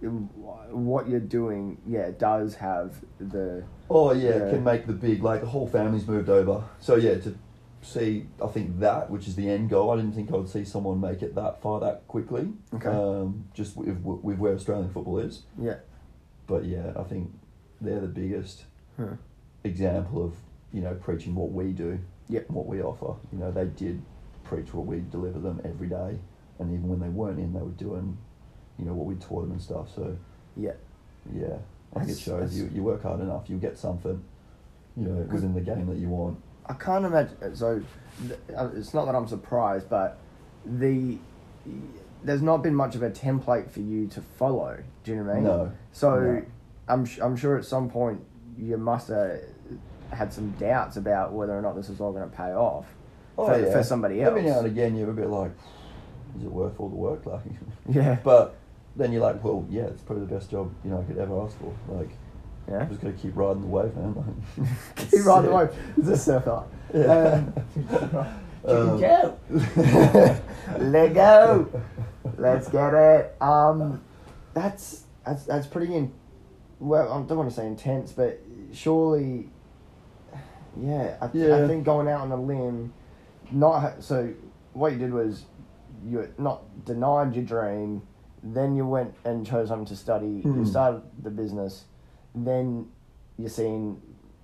[SPEAKER 1] wh- what you're doing, yeah, does have the
[SPEAKER 2] Oh yeah,
[SPEAKER 1] Yeah.
[SPEAKER 2] it can make the big like the whole family's moved over. So yeah, to see I think that which is the end goal. I didn't think I would see someone make it that far that quickly.
[SPEAKER 1] Okay.
[SPEAKER 2] Um, just with, with where Australian football is,
[SPEAKER 1] yeah.
[SPEAKER 2] but yeah, I think they're the biggest
[SPEAKER 1] Huh.
[SPEAKER 2] example of you know preaching what we do,
[SPEAKER 1] Yep.
[SPEAKER 2] what we offer. You know they did preach what we deliver them every day, and even when they weren't in, they were doing you know what we taught them and stuff. So
[SPEAKER 1] Yeah.
[SPEAKER 2] yeah, I think
[SPEAKER 1] That's-
[SPEAKER 2] it shows
[SPEAKER 1] that's-
[SPEAKER 2] you you work hard enough, you'll get something. You know, within the game that you want.
[SPEAKER 1] I can't imagine. So, th- uh, it's not that I'm surprised, but the there's not been much of a template for you to follow. Do you know what I mean?
[SPEAKER 2] No,
[SPEAKER 1] So,
[SPEAKER 2] no.
[SPEAKER 1] I'm sh- I'm sure at some point you must have had some doubts about whether or not this is all going to pay off
[SPEAKER 2] Oh,
[SPEAKER 1] for, for somebody else.
[SPEAKER 2] Every now and again, you're a bit like, is it worth all the work? Like,
[SPEAKER 1] Yeah.
[SPEAKER 2] but then you're like, well, yeah, it's probably the best job you know I could ever ask for. Like,
[SPEAKER 1] yeah.
[SPEAKER 2] I'm just gonna keep riding the wave, man. Like,
[SPEAKER 1] He ran
[SPEAKER 2] sick.
[SPEAKER 1] away. He's a surfer.
[SPEAKER 2] Yeah.
[SPEAKER 1] Um,
[SPEAKER 2] Um,
[SPEAKER 1] go. Let go. Let's get it. Um, that's that's that's pretty in. Well, I don't want to say intense, but surely, yeah. I, I
[SPEAKER 2] Yeah.
[SPEAKER 1] think going out on a limb, not ha- so. What you did was, you not denied your dream. Then you went and chose something to study. You
[SPEAKER 2] Hmm.
[SPEAKER 1] started the business. Then you're seeing,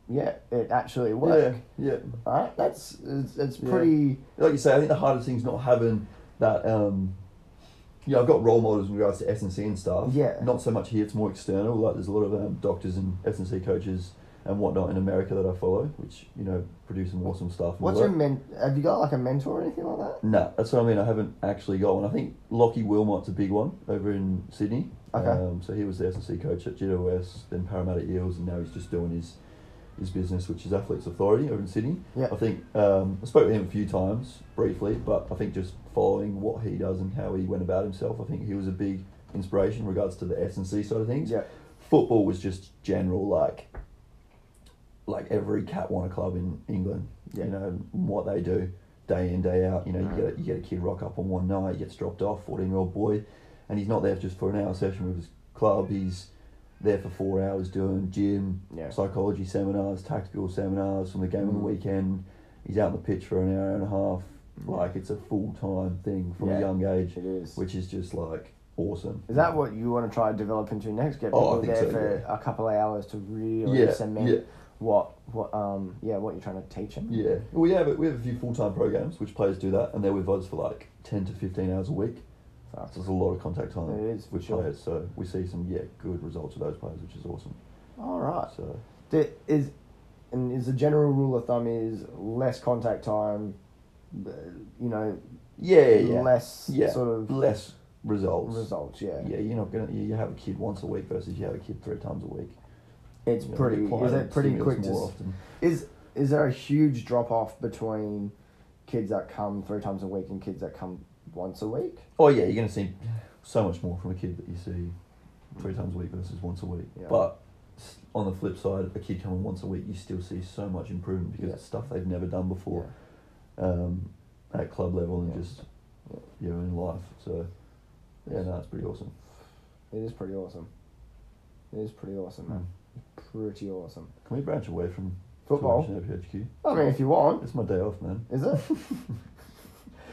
[SPEAKER 1] yeah, it actually work.
[SPEAKER 2] Yeah, yeah.
[SPEAKER 1] Right? That's it's, it's
[SPEAKER 2] Yeah.
[SPEAKER 1] pretty.
[SPEAKER 2] Like you say, I think the hardest thing is not having that. Um, you know, I've got role models in regards to S and C and stuff.
[SPEAKER 1] Yeah.
[SPEAKER 2] Not so much here; it's more external. Like there's a lot of um, doctors and S and C coaches and whatnot in America that I follow, which you know produce some awesome stuff. and
[SPEAKER 1] What's
[SPEAKER 2] work.
[SPEAKER 1] your men? Have you got like a mentor or anything like that?
[SPEAKER 2] No, that's what I mean. I haven't actually got one. I think Lockie Wilmot's a big one over in Sydney.
[SPEAKER 1] Okay.
[SPEAKER 2] Um, so he was the S&C coach at GWS, then Parramatta Eels, and now he's just doing his his business, which is Athletes Authority over in Sydney.
[SPEAKER 1] Yeah.
[SPEAKER 2] I think um, I spoke with him a few times briefly, but I think just following what he does and how he went about himself, I think he was a big inspiration in regards to the S&C side of things.
[SPEAKER 1] Yeah.
[SPEAKER 2] Football was just general, like like every cat wanna club in England.
[SPEAKER 1] Yeah.
[SPEAKER 2] You know what they do day in day out. You know,
[SPEAKER 1] Mhm.
[SPEAKER 2] you get a, you get a kid rock up on one night, he gets dropped off, fourteen year old boy, and he's not there just for an hour session with his club. He's there for four hours doing gym,
[SPEAKER 1] Yeah.
[SPEAKER 2] psychology seminars, tactical seminars from the game on the
[SPEAKER 1] Mhm.
[SPEAKER 2] weekend. He's out on the pitch for an hour and a half. Like it's a full time thing from
[SPEAKER 1] Mm. Yeah.
[SPEAKER 2] a young age,
[SPEAKER 1] It is.
[SPEAKER 2] which is just like awesome.
[SPEAKER 1] Is that what you want to try to develop into next? Get
[SPEAKER 2] Oh, I
[SPEAKER 1] people
[SPEAKER 2] think
[SPEAKER 1] there
[SPEAKER 2] so,
[SPEAKER 1] for a couple of hours to really
[SPEAKER 2] Yeah,
[SPEAKER 1] cement
[SPEAKER 2] yeah.
[SPEAKER 1] what what um yeah what you're trying to teach them.
[SPEAKER 2] Yeah, we have we have a few full time programs which players do that, and they're with us for like ten to fifteen hours a week.
[SPEAKER 1] Fuck.
[SPEAKER 2] So there's a lot of contact time
[SPEAKER 1] It is, for
[SPEAKER 2] with
[SPEAKER 1] sure.
[SPEAKER 2] players, so we see some yeah good results with those players, which is awesome.
[SPEAKER 1] All right.
[SPEAKER 2] So
[SPEAKER 1] There is and is the general rule of thumb is less contact time, uh, you know,
[SPEAKER 2] yeah, yeah,
[SPEAKER 1] less
[SPEAKER 2] yeah,
[SPEAKER 1] sort of
[SPEAKER 2] less results.
[SPEAKER 1] results. Yeah.
[SPEAKER 2] Yeah, you're not gonna you you have a kid once a week versus you have a kid three times a week.
[SPEAKER 1] It's
[SPEAKER 2] You know, the
[SPEAKER 1] pretty. Is it
[SPEAKER 2] client
[SPEAKER 1] pretty
[SPEAKER 2] stimulus
[SPEAKER 1] quick to?
[SPEAKER 2] more
[SPEAKER 1] s-
[SPEAKER 2] often.
[SPEAKER 1] Is is there a huge drop off between kids that come three times a week and kids that come once a week?
[SPEAKER 2] Oh yeah, you're gonna see so much more from a kid that you see three times a week versus once a week.
[SPEAKER 1] Yeah.
[SPEAKER 2] But s- on the flip side, a kid coming once a week, you still see so much improvement because
[SPEAKER 1] Yeah.
[SPEAKER 2] it's stuff they've never done before um, at club level and
[SPEAKER 1] Yeah.
[SPEAKER 2] just
[SPEAKER 1] Yeah.
[SPEAKER 2] you know in life. So yeah, no, it's pretty awesome.
[SPEAKER 1] It is pretty awesome. It is pretty awesome, man. Pretty awesome.
[SPEAKER 2] Can we branch away from
[SPEAKER 1] Football?
[SPEAKER 2] Coronation HQ?
[SPEAKER 1] I mean, if you want,
[SPEAKER 2] It's my day off, man.
[SPEAKER 1] is it?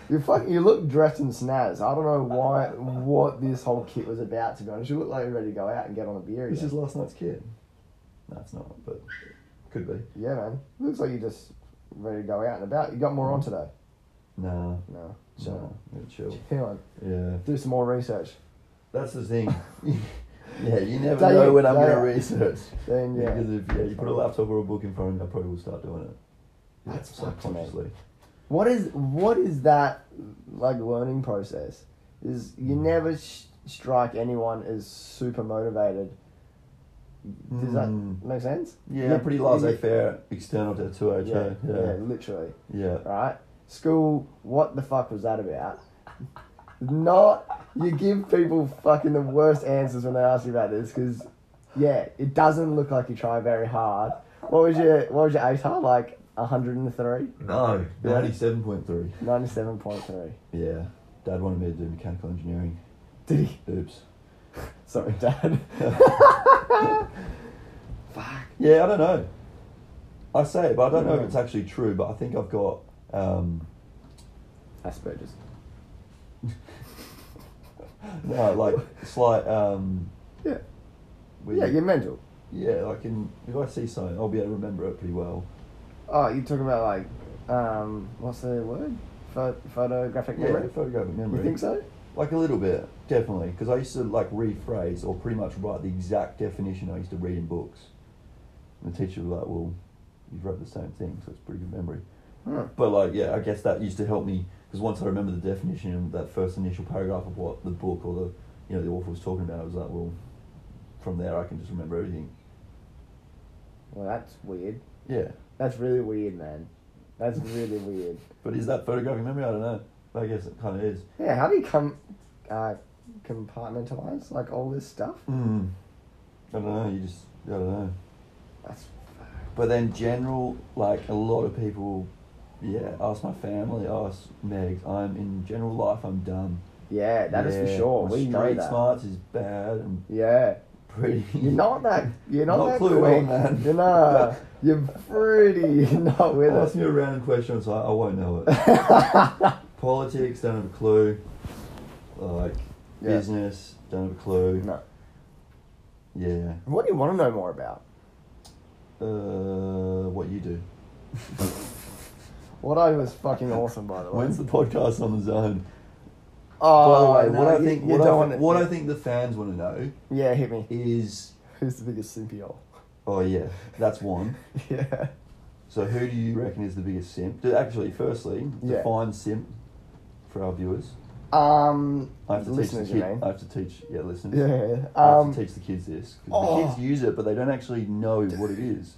[SPEAKER 1] you fuck. You look dressed in snaz. I don't know why. What this whole kit was about. To be honest, you look like you're ready to go out and get on a beer.
[SPEAKER 2] This
[SPEAKER 1] again.
[SPEAKER 2] is last night's kid. No, it's not, but could be.
[SPEAKER 1] yeah, man. Looks like you're just ready to go out and about. You got more on today.
[SPEAKER 2] Nah,
[SPEAKER 1] No.
[SPEAKER 2] so
[SPEAKER 1] So,
[SPEAKER 2] chill.
[SPEAKER 1] chill on.
[SPEAKER 2] Yeah.
[SPEAKER 1] Do some more research.
[SPEAKER 2] That's the thing. yeah, you never
[SPEAKER 1] Don't
[SPEAKER 2] know
[SPEAKER 1] you-
[SPEAKER 2] when I'm going to
[SPEAKER 1] don't-
[SPEAKER 2] research.
[SPEAKER 1] Then yeah.
[SPEAKER 2] Because if yeah, you put a laptop or a book in front of me, I probably will start doing it. Yeah,
[SPEAKER 1] That's fucked,
[SPEAKER 2] subconsciously.
[SPEAKER 1] What is what is that like learning process? Is you never sh- strike anyone as super motivated. Does
[SPEAKER 2] Mm.
[SPEAKER 1] that make sense?
[SPEAKER 2] Yeah,
[SPEAKER 1] You-
[SPEAKER 2] pretty
[SPEAKER 1] you-
[SPEAKER 2] laissez faire, external to 2HO.
[SPEAKER 1] Yeah, yeah,
[SPEAKER 2] Yeah.
[SPEAKER 1] literally.
[SPEAKER 2] Yeah.
[SPEAKER 1] Right? School. What the fuck was that about? Not you give people fucking the worst answers when they ask you about this because yeah, it doesn't look like you try very hard. What was your what was your ATAR like? 103?
[SPEAKER 2] No,
[SPEAKER 1] Yeah.
[SPEAKER 2] 97.3.
[SPEAKER 1] 97.3.
[SPEAKER 2] Yeah. Dad wanted me to do mechanical engineering.
[SPEAKER 1] Did he?
[SPEAKER 2] Oops.
[SPEAKER 1] Sorry, Dad.
[SPEAKER 2] Yeah, I don't know. I say it, but I don't know if it's actually true, but I think I've got. Um,
[SPEAKER 1] Asperger's.
[SPEAKER 2] no, like, slight. Um,
[SPEAKER 1] Yeah.
[SPEAKER 2] weird-
[SPEAKER 1] Yeah, you're mental.
[SPEAKER 2] Yeah, I can. If I see something, I'll be able to remember it pretty well.
[SPEAKER 1] Oh, you're talking about like, um, what's the word? Pho- photographic
[SPEAKER 2] Yeah,
[SPEAKER 1] memory?
[SPEAKER 2] photographic memory.
[SPEAKER 1] You think so?
[SPEAKER 2] Like a little bit, definitely. Because I used to like rephrase or pretty much write the exact definition I used to read in books. And the teacher was like, "Well, you've read the same thing, so it's pretty good memory."
[SPEAKER 1] Hmm.
[SPEAKER 2] But like, yeah, I guess that used to help me because once I remember the definition and that first initial paragraph of what the book or the you know the author was talking about, I was like, "Well, from there I can just remember everything."
[SPEAKER 1] Well, that's weird.
[SPEAKER 2] Yeah.
[SPEAKER 1] That's really weird, man. That's really weird.
[SPEAKER 2] But is that photographic memory? I don't know. I guess it kind of is.
[SPEAKER 1] Yeah, how do you come, uh, compartmentalize like all this stuff?
[SPEAKER 2] Mm. I don't know. You just I don't know.
[SPEAKER 1] That's
[SPEAKER 2] But then general, like a lot of people, yeah, ask my family, ask Megs. I'm in general life. I'm done.
[SPEAKER 1] yeah, that is for
[SPEAKER 2] Yeah,
[SPEAKER 1] sure.
[SPEAKER 2] My
[SPEAKER 1] We
[SPEAKER 2] street
[SPEAKER 1] know that.
[SPEAKER 2] smarts is bad and
[SPEAKER 1] Yeah,
[SPEAKER 2] pretty.
[SPEAKER 1] you're not that. You're not,
[SPEAKER 2] Not
[SPEAKER 1] that
[SPEAKER 2] clued
[SPEAKER 1] quick.
[SPEAKER 2] on, man.
[SPEAKER 1] You're not. You're pretty not with
[SPEAKER 2] Ask
[SPEAKER 1] us.
[SPEAKER 2] me a random question, it's like I won't know it. Politics, don't have a clue. Like
[SPEAKER 1] Yeah.
[SPEAKER 2] business, don't have a clue.
[SPEAKER 1] No.
[SPEAKER 2] Yeah.
[SPEAKER 1] What do you want to know more about?
[SPEAKER 2] Uh, what you do?
[SPEAKER 1] What I was fucking awesome, by the way.
[SPEAKER 2] When's the podcast on the zone?
[SPEAKER 1] Oh,
[SPEAKER 2] By the way,
[SPEAKER 1] no,
[SPEAKER 2] what I
[SPEAKER 1] you-
[SPEAKER 2] think,
[SPEAKER 1] you
[SPEAKER 2] what,
[SPEAKER 1] don't
[SPEAKER 2] I,
[SPEAKER 1] wanna-
[SPEAKER 2] think what I think the fans want to know
[SPEAKER 1] Yeah, hit me.
[SPEAKER 2] is,
[SPEAKER 1] Who's the biggest simpiole?
[SPEAKER 2] oh yeah, that's one.
[SPEAKER 1] Yeah.
[SPEAKER 2] So who do you reckon is the biggest simp? Do- Actually, firstly,
[SPEAKER 1] Yeah.
[SPEAKER 2] define simp for our viewers.
[SPEAKER 1] Um,
[SPEAKER 2] I have to
[SPEAKER 1] listeners,
[SPEAKER 2] teach the
[SPEAKER 1] you
[SPEAKER 2] kid,
[SPEAKER 1] mean?
[SPEAKER 2] I have to teach yeah listeners.
[SPEAKER 1] Yeah.
[SPEAKER 2] I have
[SPEAKER 1] Um,
[SPEAKER 2] to teach the kids this. 'cause
[SPEAKER 1] Oh.
[SPEAKER 2] The kids use it, but they don't actually know what it is.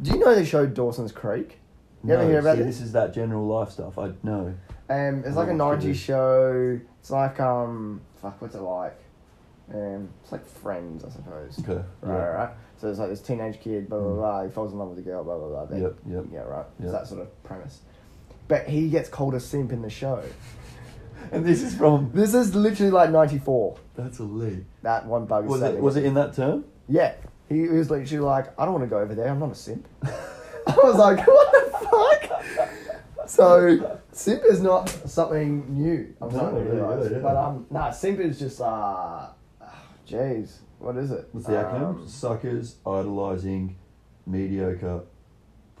[SPEAKER 1] do you know the show Dawson's Creek? You ever hear about
[SPEAKER 2] see,
[SPEAKER 1] this?
[SPEAKER 2] this is that general life stuff. I know.
[SPEAKER 1] Um, it's like a
[SPEAKER 2] I'm not sure.
[SPEAKER 1] '90s show. It's like um, fuck, what's it like? Um, it's like Friends, I suppose.
[SPEAKER 2] Okay.
[SPEAKER 1] Right,
[SPEAKER 2] yeah.
[SPEAKER 1] right. So it's like this teenage kid, blah blah
[SPEAKER 2] Mm.
[SPEAKER 1] blah. He falls in love with a girl, blah blah blah. Then,
[SPEAKER 2] Yep, yep.
[SPEAKER 1] Yeah, right. It's
[SPEAKER 2] Yep.
[SPEAKER 1] that sort of premise. But he gets called a simp in the show.
[SPEAKER 2] And this is from.
[SPEAKER 1] This is literally like '94.
[SPEAKER 2] That's elite.
[SPEAKER 1] That one bug. is
[SPEAKER 2] Was it?
[SPEAKER 1] saving
[SPEAKER 2] Was it in that term?
[SPEAKER 1] Yeah. He was literally like, I don't want to go over there. I'm not a simp. I was like, what the fuck? So, simp is not something new. I'm
[SPEAKER 2] No,
[SPEAKER 1] starting to
[SPEAKER 2] yeah,
[SPEAKER 1] realize.
[SPEAKER 2] yeah, yeah.
[SPEAKER 1] But, um, nah, simp is just, uh, jeez, what is it?
[SPEAKER 2] What's the acronym?
[SPEAKER 1] Um,
[SPEAKER 2] Suckers idolizing mediocre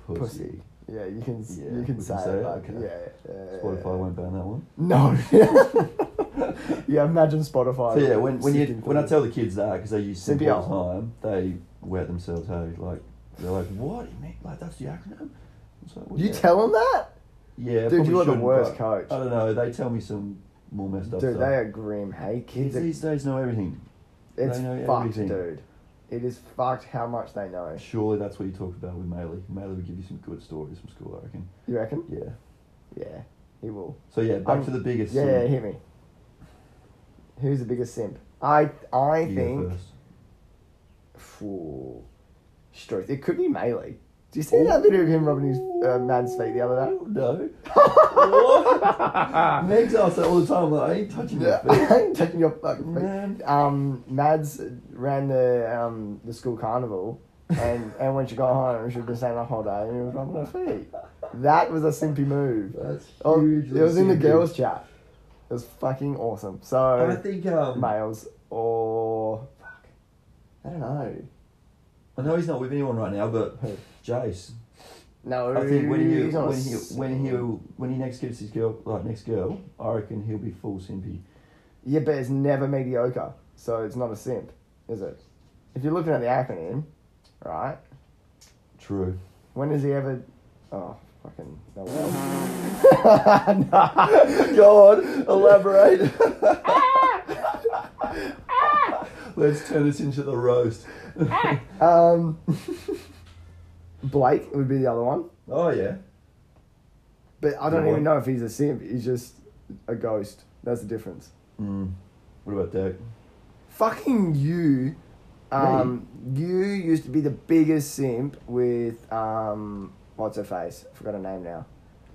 [SPEAKER 2] pussy.
[SPEAKER 1] Pussy. Yeah, you can,
[SPEAKER 2] Yeah,
[SPEAKER 1] you
[SPEAKER 2] we
[SPEAKER 1] can
[SPEAKER 2] can
[SPEAKER 1] say,
[SPEAKER 2] say
[SPEAKER 1] it.
[SPEAKER 2] it,
[SPEAKER 1] Like,
[SPEAKER 2] okay.
[SPEAKER 1] yeah, yeah, yeah,
[SPEAKER 2] Spotify
[SPEAKER 1] yeah.
[SPEAKER 2] won't ban that one.
[SPEAKER 1] No. yeah, imagine Spotify.
[SPEAKER 2] So yeah, when when you
[SPEAKER 1] sifting
[SPEAKER 2] when I
[SPEAKER 1] through.
[SPEAKER 2] tell the kids that because they use simp
[SPEAKER 1] Simpy
[SPEAKER 2] all the time, they wet themselves out. Like they're like, what? You mean like that's the acronym? It's like, well,
[SPEAKER 1] You
[SPEAKER 2] yeah.
[SPEAKER 1] tell them that?
[SPEAKER 2] Yeah,
[SPEAKER 1] Dude,
[SPEAKER 2] probably
[SPEAKER 1] you are the
[SPEAKER 2] shouldn't,
[SPEAKER 1] worst
[SPEAKER 2] but
[SPEAKER 1] coach.
[SPEAKER 2] I don't know. They tell me some more messed up
[SPEAKER 1] Dude,
[SPEAKER 2] stuff.
[SPEAKER 1] they are grim. Hey,
[SPEAKER 2] kids
[SPEAKER 1] kids are
[SPEAKER 2] these days know everything.
[SPEAKER 1] It's
[SPEAKER 2] They know
[SPEAKER 1] fucked,
[SPEAKER 2] everything.
[SPEAKER 1] dude. It is fucked how much they know.
[SPEAKER 2] Surely that's what you talked about with Maley. Maley would give you some good stories from school, I reckon.
[SPEAKER 1] You reckon?
[SPEAKER 2] Yeah.
[SPEAKER 1] Yeah, he will.
[SPEAKER 2] So yeah, back
[SPEAKER 1] Um,
[SPEAKER 2] to the biggest.
[SPEAKER 1] Yeah, yeah,
[SPEAKER 2] simp.
[SPEAKER 1] hear me. Who's the biggest simp? I I
[SPEAKER 2] You go
[SPEAKER 1] think.
[SPEAKER 2] first.
[SPEAKER 1] Phew, Struth. It could be Melee. Do you see that video of him rubbing his uh, man's feet the other day?
[SPEAKER 2] No. what? Meg's asked that all the time. Like, I ain't touching your feet.
[SPEAKER 1] I ain't touching your fucking feet.
[SPEAKER 2] Man.
[SPEAKER 1] Um, Mads ran the um, the school carnival, and, and when she got home, she'd been staying up all day, and he was rubbing her feet. That was a simpy move.
[SPEAKER 2] That's
[SPEAKER 1] Oh, it
[SPEAKER 2] hugely
[SPEAKER 1] was in the
[SPEAKER 2] simpy.
[SPEAKER 1] girls' chat. It was fucking awesome.
[SPEAKER 2] I
[SPEAKER 1] So
[SPEAKER 2] think um,
[SPEAKER 1] males or fuck, I don't know.
[SPEAKER 2] I know he's not with anyone right now, but
[SPEAKER 1] Who?
[SPEAKER 2] Jace.
[SPEAKER 1] No,
[SPEAKER 2] I think when he
[SPEAKER 1] he's not a
[SPEAKER 2] when he when he
[SPEAKER 1] simp.
[SPEAKER 2] when he next gets his girl like next girl, I reckon he'll be full simpy.
[SPEAKER 1] yeah, but it's never mediocre, so it's not a simp, is it? If you're looking at the acronym, right?
[SPEAKER 2] True.
[SPEAKER 1] When has he ever? Oh, fucking no. way. Nah.
[SPEAKER 2] Go on, elaborate. Let's turn this into the roast.
[SPEAKER 1] Um, Blake would be the other one,
[SPEAKER 2] oh yeah.
[SPEAKER 1] but I don't
[SPEAKER 2] Good one.
[SPEAKER 1] even know if he's a simp. He's just a ghost. That's the difference.
[SPEAKER 2] Mm. What about Derek?
[SPEAKER 1] Fucking you. Um, you used to be the biggest simp with um, what's her face? I forgot her name now.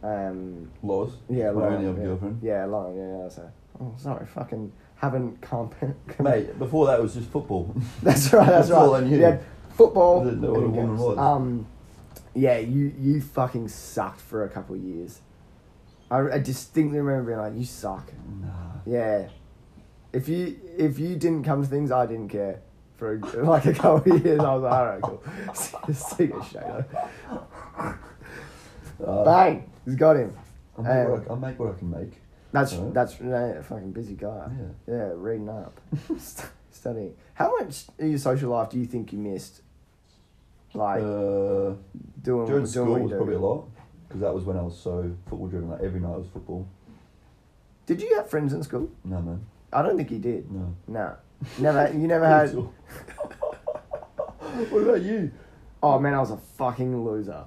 [SPEAKER 1] Um,
[SPEAKER 2] Loz.
[SPEAKER 1] yeah,
[SPEAKER 2] My
[SPEAKER 1] Lauren.
[SPEAKER 2] only other
[SPEAKER 1] yeah.
[SPEAKER 2] girlfriend.
[SPEAKER 1] Yeah, Lauren. Yeah, that's her. Oh, sorry, fucking haven't comp.
[SPEAKER 2] Mate, before that was just football.
[SPEAKER 1] that's right. That's,
[SPEAKER 2] That's
[SPEAKER 1] right.
[SPEAKER 2] all I knew.
[SPEAKER 1] You had football.
[SPEAKER 2] I didn't know what a
[SPEAKER 1] and
[SPEAKER 2] woman
[SPEAKER 1] girls.
[SPEAKER 2] was.
[SPEAKER 1] Um, yeah, you you fucking sucked for a couple of years. I, I distinctly remember being like, "You suck."
[SPEAKER 2] nah.
[SPEAKER 1] Yeah. If you if you didn't come to things, I didn't care. For a, like a couple of years, I was like, all right, cool. See you, Shayla.
[SPEAKER 2] Uh,
[SPEAKER 1] Bang! He's got him.
[SPEAKER 2] I make, what I,
[SPEAKER 1] Um,
[SPEAKER 2] I make what I can make.
[SPEAKER 1] That's
[SPEAKER 2] Alright.
[SPEAKER 1] that's uh, a fucking busy guy.
[SPEAKER 2] Yeah.
[SPEAKER 1] Yeah, reading up, St- studying. How much of your social life do you think you missed? Like
[SPEAKER 2] Uh, during
[SPEAKER 1] doing doing
[SPEAKER 2] school
[SPEAKER 1] what you
[SPEAKER 2] was
[SPEAKER 1] do.
[SPEAKER 2] probably a lot because that was when I was so football driven. Like every night was football.
[SPEAKER 1] Did you have friends in school?
[SPEAKER 2] No man,
[SPEAKER 1] I don't think you did.
[SPEAKER 2] no.
[SPEAKER 1] No, never. You never had.
[SPEAKER 2] what about you?
[SPEAKER 1] Oh man, I was a fucking loser.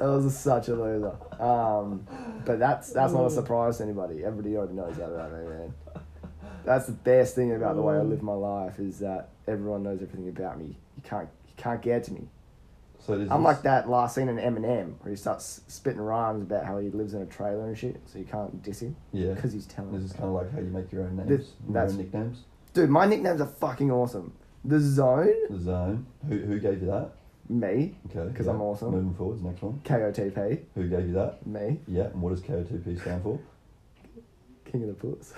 [SPEAKER 1] I was such a loser. Um, but that's that's not a surprise to anybody. Everybody already knows that about me, man. That's the best thing about the way I live my life is that everyone knows everything about me. You can't you can't get to me.
[SPEAKER 2] So does
[SPEAKER 1] I'm
[SPEAKER 2] this-
[SPEAKER 1] like that last scene in Eminem where he starts spitting rhymes about how he lives in a trailer and shit, so you can't diss him
[SPEAKER 2] Yeah.
[SPEAKER 1] because he's telling.
[SPEAKER 2] This is
[SPEAKER 1] us.
[SPEAKER 2] kind of like how you make your own names,
[SPEAKER 1] This-
[SPEAKER 2] your
[SPEAKER 1] that's-
[SPEAKER 2] own nicknames.
[SPEAKER 1] Dude, my nicknames are fucking awesome. The Zone,
[SPEAKER 2] The zone. Who who gave you that?
[SPEAKER 1] me,
[SPEAKER 2] Okay.
[SPEAKER 1] 'Cause I'm awesome.
[SPEAKER 2] Moving forwards, next one.
[SPEAKER 1] KOTP,
[SPEAKER 2] Who gave you that?
[SPEAKER 1] me,
[SPEAKER 2] Yeah. And what does KO2P stand for?
[SPEAKER 1] King of the Puss.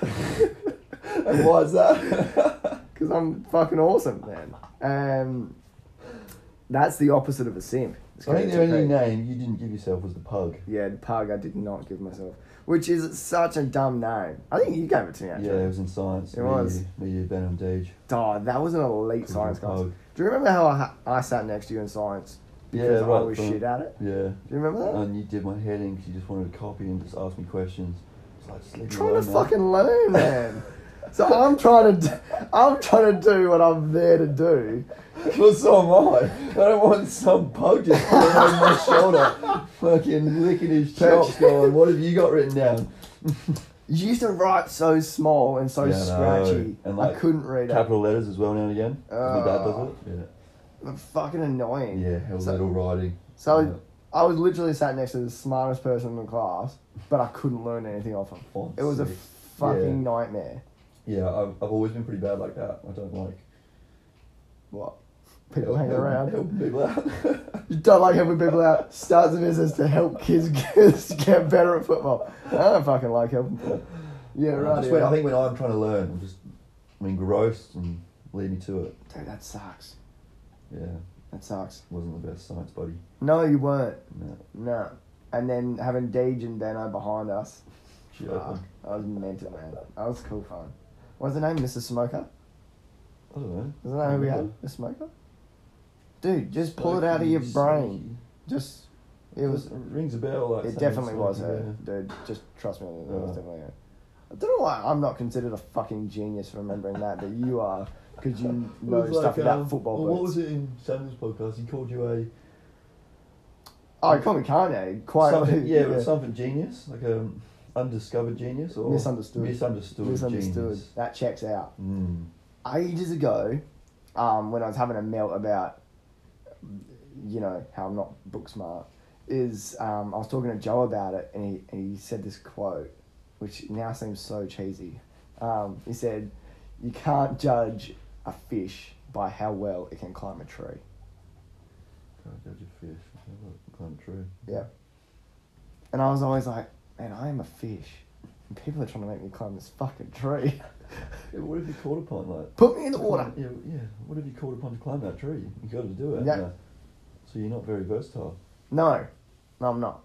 [SPEAKER 2] and why is that?
[SPEAKER 1] Because I'm fucking awesome, man. Um, that's the opposite of a simp. It's
[SPEAKER 2] I think the
[SPEAKER 1] kinda
[SPEAKER 2] only
[SPEAKER 1] depressed.
[SPEAKER 2] name you didn't give yourself was the pug.
[SPEAKER 1] Yeah, the pug I did not give myself, which is such a dumb name. I think you gave it to me actually.
[SPEAKER 2] Yeah, it was in science.
[SPEAKER 1] It
[SPEAKER 2] Me,
[SPEAKER 1] was.
[SPEAKER 2] you- Me, you, Ben, and Deej.
[SPEAKER 1] Oh, that was an elite science class.
[SPEAKER 2] Pug.
[SPEAKER 1] Do you remember how I, ha- I sat next to you in science?
[SPEAKER 2] Yeah,
[SPEAKER 1] Because I
[SPEAKER 2] right, Uh,
[SPEAKER 1] was
[SPEAKER 2] right.
[SPEAKER 1] shit at it.
[SPEAKER 2] Yeah.
[SPEAKER 1] Do you remember that?
[SPEAKER 2] And you did my head in because you just wanted to copy and just ask me questions. It's like sleeping
[SPEAKER 1] trying to
[SPEAKER 2] alone now.
[SPEAKER 1] fucking learn, man. so I'm trying to, d- I'm trying to do what I'm there to do.
[SPEAKER 2] Well, so am I. I don't want some pug just pulling on my shoulder, fucking licking his chops, going, "What have you got written down?"
[SPEAKER 1] You used to write so small and so
[SPEAKER 2] Yeah, I know.
[SPEAKER 1] scratchy.
[SPEAKER 2] And, like,
[SPEAKER 1] I couldn't read it.
[SPEAKER 2] Capital letters as well now and again. 'cause my dad
[SPEAKER 1] Oh.
[SPEAKER 2] does it.
[SPEAKER 1] But fucking annoying.
[SPEAKER 2] Yeah, yeah. Hell,
[SPEAKER 1] So-
[SPEAKER 2] little writing.
[SPEAKER 1] So
[SPEAKER 2] Yeah.
[SPEAKER 1] I was literally sat next to the smartest person in the class, but I couldn't learn anything off him.
[SPEAKER 2] Oh,
[SPEAKER 1] It was a
[SPEAKER 2] sick.
[SPEAKER 1] fucking nightmare.
[SPEAKER 2] Yeah, I've, I've always been pretty bad like that. I don't like
[SPEAKER 1] What? People hang
[SPEAKER 2] help-
[SPEAKER 1] around.
[SPEAKER 2] help people out.
[SPEAKER 1] You don't like helping people out. Starts a business to help kids get, get better at football. I don't fucking like helping people. Yeah,
[SPEAKER 2] I,
[SPEAKER 1] right.
[SPEAKER 2] just
[SPEAKER 1] Yeah.
[SPEAKER 2] when, I think when I'm trying to learn, I'm just I'm engrossed and lead me to it.
[SPEAKER 1] Dude, that sucks.
[SPEAKER 2] Yeah,
[SPEAKER 1] That sucks.
[SPEAKER 2] wasn't the best science buddy.
[SPEAKER 1] No, you weren't.
[SPEAKER 2] No,
[SPEAKER 1] No. And then having Deej and Dano behind us.
[SPEAKER 2] shit.
[SPEAKER 1] Fuck. That was mental, man. That was cool fun. What's the name? Mr. Smoker?
[SPEAKER 2] I don't know.
[SPEAKER 1] Isn't that who we had? The smoker? Dude, just pull it out of your brain. Just it was
[SPEAKER 2] rings a bell. Like
[SPEAKER 1] it
[SPEAKER 2] saying
[SPEAKER 1] definitely was
[SPEAKER 2] something, Uh-huh.
[SPEAKER 1] her. Dude, just trust me, it was
[SPEAKER 2] Yeah.
[SPEAKER 1] definitely her. I don't know why I'm not considered a fucking genius for remembering that, but you are because you
[SPEAKER 2] It
[SPEAKER 1] know
[SPEAKER 2] was
[SPEAKER 1] stuff
[SPEAKER 2] like,
[SPEAKER 1] about
[SPEAKER 2] um,
[SPEAKER 1] football.
[SPEAKER 2] well, what
[SPEAKER 1] words.
[SPEAKER 2] was it in Samuel's podcast? He called you a
[SPEAKER 1] Oh, you call me Kanye. Quite
[SPEAKER 2] something, yeah, but something genius, like a undiscovered genius or
[SPEAKER 1] Misunderstood.
[SPEAKER 2] misunderstood,
[SPEAKER 1] misunderstood.
[SPEAKER 2] genius.
[SPEAKER 1] That checks out.
[SPEAKER 2] Mm.
[SPEAKER 1] ages ago, um, when I was having a melt about, you know, how I'm not book smart, is um, I was talking to Joe about it, and he, and he said this quote, which now seems so cheesy. Um, he said, "You can't judge a fish by how well it can climb a tree."
[SPEAKER 2] Can't judge a fish. That's kind of true.
[SPEAKER 1] Yeah. And I was always like, "Man, I am a fish, and people are trying to make me climb this fucking tree.
[SPEAKER 2] Yeah, what have you called upon, like?
[SPEAKER 1] Put me in the water."
[SPEAKER 2] Yeah, yeah. What have you called upon to climb that tree? You got to do it.
[SPEAKER 1] Yeah.
[SPEAKER 2] no. So you're not very versatile.
[SPEAKER 1] No, no, I'm not.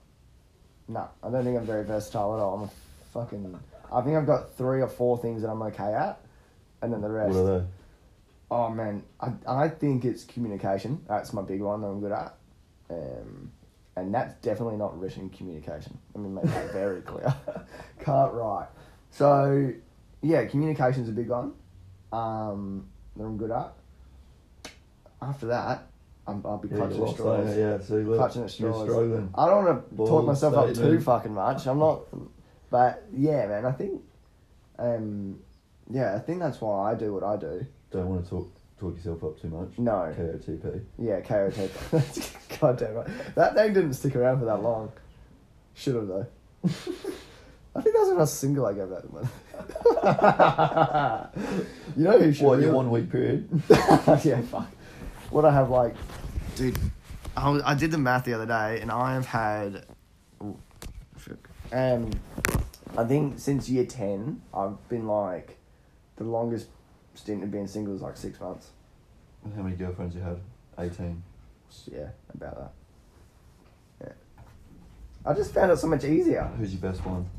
[SPEAKER 1] No, I don't think I'm very versatile at all. I'm a fucking. I think I've got three or four things that I'm okay at, and then the rest.
[SPEAKER 2] What are they?
[SPEAKER 1] Oh man, I I think it's communication. That's my big one that I'm good at, um, and that's definitely not written communication. Let me make that very clear. Can't write. So, yeah, communication's a big one um, that I'm good at. After that, I'm, I'll be
[SPEAKER 2] Yeah,
[SPEAKER 1] clutching
[SPEAKER 2] you're
[SPEAKER 1] at
[SPEAKER 2] lost,
[SPEAKER 1] straws.
[SPEAKER 2] aren't you? Yeah, see, look,
[SPEAKER 1] Clutching
[SPEAKER 2] you're
[SPEAKER 1] at straws.
[SPEAKER 2] struggling.
[SPEAKER 1] I don't want to talk
[SPEAKER 2] Bold
[SPEAKER 1] myself up too
[SPEAKER 2] statement.
[SPEAKER 1] fucking much. I'm not, but yeah, man. I think, um, yeah, I think that's why I do what I do.
[SPEAKER 2] Don't want to talk talk yourself up too much.
[SPEAKER 1] No.
[SPEAKER 2] KOTP.
[SPEAKER 1] Yeah, KOT. God damn right. That name didn't stick around for that long. Should have though. I think that was when I was single. I gave that one. you know who should?
[SPEAKER 2] What in
[SPEAKER 1] really-
[SPEAKER 2] your one week period?
[SPEAKER 1] yeah, fuck. What I have like, dude, I, was- I did the math the other day, and I have had, ooh, fuck. um, I think since year ten, I've been like, the longest stint of being single is like six months.
[SPEAKER 2] How many girlfriends you had? Eighteen.
[SPEAKER 1] Yeah, about that. Yeah. I just found it so much easier.
[SPEAKER 2] Who's your best one?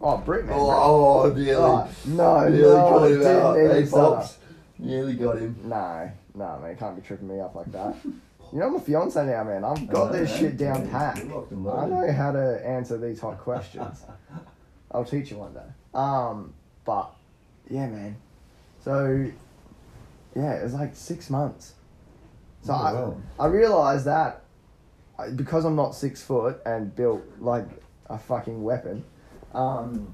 [SPEAKER 1] Oh, Brit, man.
[SPEAKER 2] Oh, nearly.
[SPEAKER 1] Oh, no,
[SPEAKER 2] nearly
[SPEAKER 1] no,
[SPEAKER 2] got him
[SPEAKER 1] didn't
[SPEAKER 2] out.
[SPEAKER 1] even
[SPEAKER 2] Hey,
[SPEAKER 1] start.
[SPEAKER 2] Fox. Nearly got him.
[SPEAKER 1] No, no, man, can't be tripping me up like that. You know, I'm a fiance now, man. I've got this
[SPEAKER 2] Oh, Yeah.
[SPEAKER 1] shit down pat. I
[SPEAKER 2] You're locked and
[SPEAKER 1] know
[SPEAKER 2] loaded.
[SPEAKER 1] how to answer these hot questions. I'll teach you one day. Um, but yeah, man. So yeah, it was like six months. So
[SPEAKER 2] Oh,
[SPEAKER 1] I,
[SPEAKER 2] wow.
[SPEAKER 1] I realized that I- because I'm not six foot and built like a fucking weapon, um,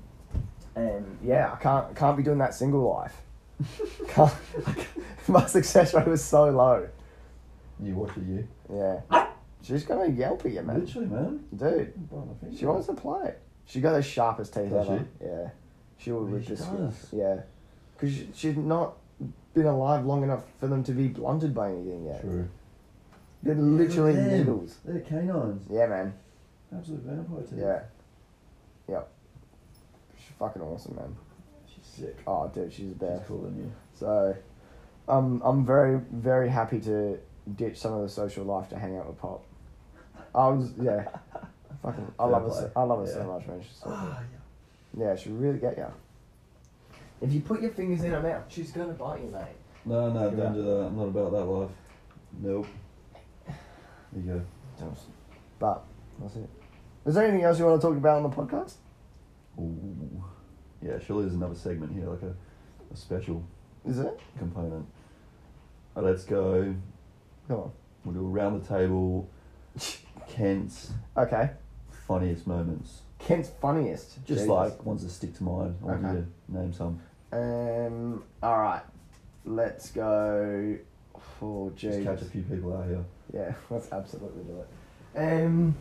[SPEAKER 1] and yeah, I can't can't be doing that single life. Can't- my success rate was so low.
[SPEAKER 2] You watch it, you.
[SPEAKER 1] Yeah, she's gonna yelp at you, man.
[SPEAKER 2] Literally, man.
[SPEAKER 1] Dude,
[SPEAKER 2] Bro, I think
[SPEAKER 1] she wants to play. She got the sharpest teeth
[SPEAKER 2] Does
[SPEAKER 1] ever. Yeah, she will rip this. Yeah, because she, she's not been alive long enough for them to be blunted by anything yet.
[SPEAKER 2] True.
[SPEAKER 1] They're literally
[SPEAKER 2] Them.
[SPEAKER 1] needles.
[SPEAKER 2] They're canines.
[SPEAKER 1] Yeah, man.
[SPEAKER 2] Absolute vampire teeth.
[SPEAKER 1] Yeah. Yep. She's fucking awesome, man.
[SPEAKER 2] She's sick.
[SPEAKER 1] Oh, dude, she's the best.
[SPEAKER 2] She's cooler than you.
[SPEAKER 1] So, um, I'm very, very happy to ditch some of the social life to hang out with Pop. I was, yeah. Fucking, I
[SPEAKER 2] Fair
[SPEAKER 1] love her.
[SPEAKER 2] play.
[SPEAKER 1] So, I love her so
[SPEAKER 2] Yeah.
[SPEAKER 1] much, man. She's so good. Ah, Yeah, she really get you. If you put your fingers in her mouth, she's gonna bite you, mate.
[SPEAKER 2] No, no,
[SPEAKER 1] You're
[SPEAKER 2] don't
[SPEAKER 1] right.
[SPEAKER 2] do that. I'm not about that life. Nope. There you go.
[SPEAKER 1] But that's it. Is there anything else you want to talk about on the podcast?
[SPEAKER 2] Ooh. Yeah, surely there's another segment here, like a, a special
[SPEAKER 1] Is it?
[SPEAKER 2] component. All right, let's go.
[SPEAKER 1] Come on.
[SPEAKER 2] We'll do around the table. Kent's
[SPEAKER 1] Okay.
[SPEAKER 2] funniest moments.
[SPEAKER 1] Kent's funniest.
[SPEAKER 2] Just
[SPEAKER 1] Jesus.
[SPEAKER 2] like ones that stick to mind. I want
[SPEAKER 1] Okay.
[SPEAKER 2] you to name some.
[SPEAKER 1] Um. All right. Let's go. Oh,
[SPEAKER 2] Just
[SPEAKER 1] jeez.
[SPEAKER 2] catch a few people out here.
[SPEAKER 1] Yeah, let's absolutely do it. Um,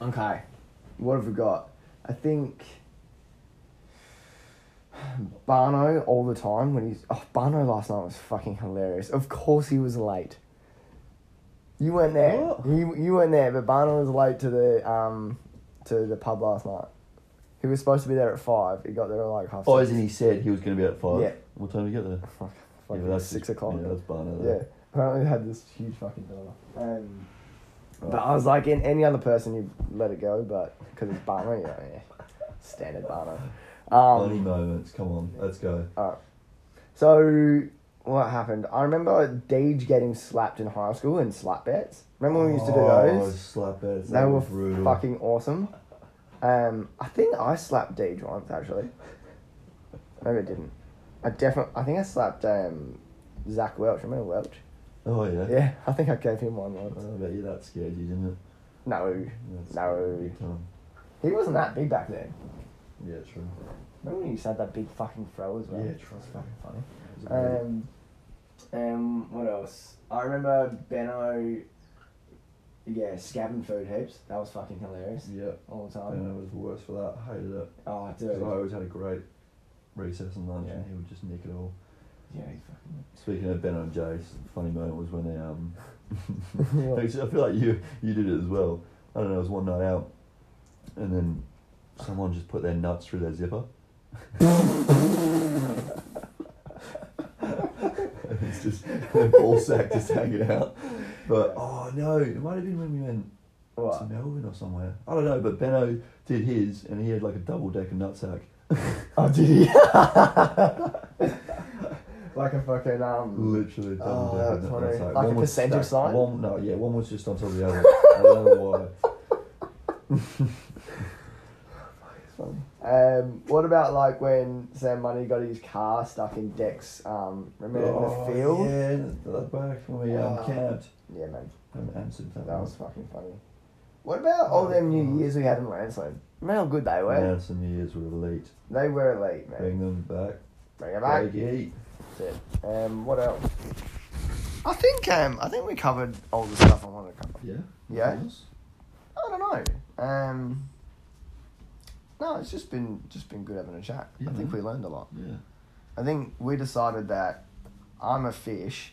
[SPEAKER 1] okay, what have we got? I think Barno all the time when he's oh Barno last night was fucking hilarious. Of course he was late. You weren't there.
[SPEAKER 2] What?
[SPEAKER 1] You you weren't there, but Barno was late to the um to the pub last night. He was supposed to be there at five. He got there at like half.
[SPEAKER 2] Oh,
[SPEAKER 1] six.
[SPEAKER 2] as in he said he was going to be at five.
[SPEAKER 1] Yeah.
[SPEAKER 2] What time did you get there?
[SPEAKER 1] Fuck,
[SPEAKER 2] Yeah,
[SPEAKER 1] fucking
[SPEAKER 2] but that's
[SPEAKER 1] six
[SPEAKER 2] just-
[SPEAKER 1] o'clock.
[SPEAKER 2] Yeah, that's Barnard.
[SPEAKER 1] Yeah,
[SPEAKER 2] Yeah.
[SPEAKER 1] apparently they had this huge fucking dollar. Um,
[SPEAKER 2] Right.
[SPEAKER 1] But I was like, in any other person, you let it go, but because it's Barno, you know, yeah, standard Barno.
[SPEAKER 2] Funny
[SPEAKER 1] Um,
[SPEAKER 2] moments. Come on, let's go.
[SPEAKER 1] so what happened? I remember Deej getting slapped in high school in slap bets. Remember when we used to do
[SPEAKER 2] Oh,
[SPEAKER 1] those?
[SPEAKER 2] slap bets.
[SPEAKER 1] They
[SPEAKER 2] That
[SPEAKER 1] were
[SPEAKER 2] was brutal.
[SPEAKER 1] fucking awesome. Um, I think I slapped Deej once actually. Maybe I didn't. I definitely. I think I slapped um, Zach Welch. Remember Welch?
[SPEAKER 2] Oh yeah.
[SPEAKER 1] Yeah, I think I gave him one once.
[SPEAKER 2] I bet you that scared you, didn't it?
[SPEAKER 1] No,
[SPEAKER 2] That
[SPEAKER 1] No.
[SPEAKER 2] scared you big time.
[SPEAKER 1] he wasn't that big back then.
[SPEAKER 2] Yeah, true.
[SPEAKER 1] Remember when you said that big fucking throw as well?
[SPEAKER 2] Yeah, true.
[SPEAKER 1] That's fucking funny.
[SPEAKER 2] It was a bit-
[SPEAKER 1] Um, um, what else? I remember Benno. Yeah, scabbing food heaps. That was fucking hilarious
[SPEAKER 2] yeah.
[SPEAKER 1] all the
[SPEAKER 2] I
[SPEAKER 1] time.
[SPEAKER 2] don't know. It was worse for that. I hated it.
[SPEAKER 1] Oh,
[SPEAKER 2] 'Cause I
[SPEAKER 1] dude.
[SPEAKER 2] always had a great recess and lunch, and
[SPEAKER 1] Yeah.
[SPEAKER 2] he would just nick it all.
[SPEAKER 1] Yeah, he fucking.
[SPEAKER 2] Speaking of Ben and Jace, funny moment was when they um. Actually, I feel like you you did it as well. I don't know. It was one night out, and then someone just put their nuts through their zipper. it's just their ball sack just hanging out. But oh no, it might have been when we went to
[SPEAKER 1] What?
[SPEAKER 2] Melbourne or somewhere. I don't know, but Benno did his, and he had like a double decker nutsack.
[SPEAKER 1] Oh, did he? like a fucking um.
[SPEAKER 2] Literally double
[SPEAKER 1] Oh,
[SPEAKER 2] decker
[SPEAKER 1] that's
[SPEAKER 2] nut-
[SPEAKER 1] funny.
[SPEAKER 2] nutsack.
[SPEAKER 1] Like a
[SPEAKER 2] One was
[SPEAKER 1] percentage
[SPEAKER 2] stacked-
[SPEAKER 1] sign?
[SPEAKER 2] One, no, yeah, one was just on top of the other. I don't know why.
[SPEAKER 1] Um, what about like when Sam Money got his car stuck in Dex? Um, remember in the field? Yeah,
[SPEAKER 2] Oh, Yeah, that back when we um,
[SPEAKER 1] Oh.
[SPEAKER 2] camped.
[SPEAKER 1] man,
[SPEAKER 2] Um, Amsterdam.
[SPEAKER 1] that was fucking funny. What about all them New Years eh? we had in Landsland? Remember how good they were?
[SPEAKER 2] Man, some years were elite.
[SPEAKER 1] They were elite, man.
[SPEAKER 2] Bring them back.
[SPEAKER 1] Bring it back.
[SPEAKER 2] Big E.
[SPEAKER 1] That's it. Um, what else? I think um, I think we covered all the stuff I wanted to cover.
[SPEAKER 2] Yeah.
[SPEAKER 1] Yeah?
[SPEAKER 2] Of course.
[SPEAKER 1] I don't know. Um, no, it's just been just been good having a chat.
[SPEAKER 2] Yeah,
[SPEAKER 1] I think
[SPEAKER 2] man.
[SPEAKER 1] we learned a lot.
[SPEAKER 2] Yeah.
[SPEAKER 1] I think we decided that I'm a fish,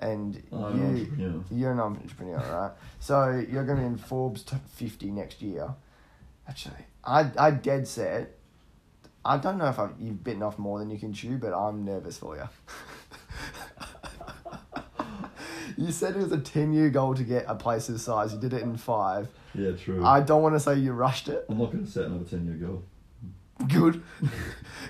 [SPEAKER 1] and
[SPEAKER 2] I'm an
[SPEAKER 1] you
[SPEAKER 2] entrepreneur.
[SPEAKER 1] you're an entrepreneur, right? So you're going to be in Forbes top 50 next year. Actually, I I dead set. I don't know if I've, you've bitten off more than you can chew, but I'm nervous for you. you said it was a 10 year goal to get a place this size. You did it in five.
[SPEAKER 2] Yeah, true.
[SPEAKER 1] I don't want to say you rushed it.
[SPEAKER 2] I'm not going to set another 10 year goal.
[SPEAKER 1] Good.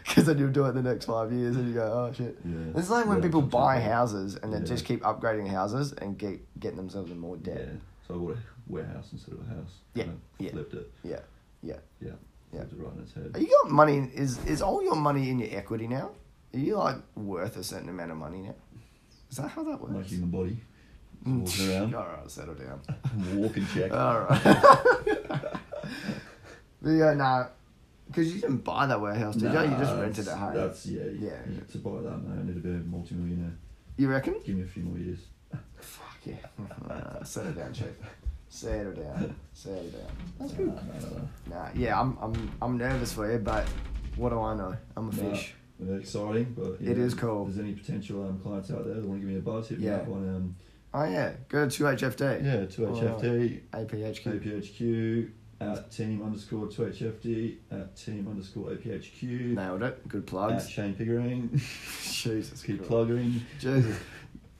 [SPEAKER 1] Because then you'll do it the next five years and you go, oh shit.
[SPEAKER 2] Yeah.
[SPEAKER 1] It's like when
[SPEAKER 2] Yeah,
[SPEAKER 1] people
[SPEAKER 2] something
[SPEAKER 1] buy
[SPEAKER 2] like that.
[SPEAKER 1] houses and then
[SPEAKER 2] Yeah.
[SPEAKER 1] just keep upgrading houses and get, getting themselves in more
[SPEAKER 2] Yeah.
[SPEAKER 1] debt.
[SPEAKER 2] So I bought a warehouse instead of a house.
[SPEAKER 1] Yeah,
[SPEAKER 2] And I
[SPEAKER 1] yeah.
[SPEAKER 2] Flipped it.
[SPEAKER 1] Yeah. Yeah.
[SPEAKER 2] Yeah.
[SPEAKER 1] Yeah.
[SPEAKER 2] Flipped it right in its head.
[SPEAKER 1] Are you got money? Is is all your money in your equity now? Are you like worth a certain amount of money now? Is that how that
[SPEAKER 2] My
[SPEAKER 1] works?
[SPEAKER 2] human body. Just walking
[SPEAKER 1] all
[SPEAKER 2] around.
[SPEAKER 1] right, settle down.
[SPEAKER 2] Walk and check.
[SPEAKER 1] Mm. All right. but yeah, nah, because you didn't buy that warehouse, did
[SPEAKER 2] Nah,
[SPEAKER 1] you? You just
[SPEAKER 2] that's-
[SPEAKER 1] rented it home.
[SPEAKER 2] That's, yeah. Yeah.
[SPEAKER 1] Yeah.
[SPEAKER 2] To buy that, man, I need to be a multi-millionaire.
[SPEAKER 1] You reckon?
[SPEAKER 2] Give me a few more years.
[SPEAKER 1] Fuck yeah. Nah, settle down, chief. Settle down. Settle down. That's good.
[SPEAKER 2] Nah, nah, nah, nah.
[SPEAKER 1] Nah, yeah, I'm I'm I'm nervous for you, but what do I know? I'm a
[SPEAKER 2] Nah,
[SPEAKER 1] fish.
[SPEAKER 2] they're exciting, but you
[SPEAKER 1] It is cool.
[SPEAKER 2] If there's any potential um, clients out there that want to give me a buzz, hit
[SPEAKER 1] Yeah.
[SPEAKER 2] me up on um,
[SPEAKER 1] Oh yeah, go to 2HFD.
[SPEAKER 2] yeah, 2HFD,
[SPEAKER 1] APHQ.
[SPEAKER 2] APHQ, at team underscore 2HFD, at team underscore APHQ,
[SPEAKER 1] Nailed it. Good
[SPEAKER 2] at
[SPEAKER 1] plugs.
[SPEAKER 2] Shane Pickering,
[SPEAKER 1] Jesus.
[SPEAKER 2] keep
[SPEAKER 1] Christ.
[SPEAKER 2] plugging,
[SPEAKER 1] Jesus.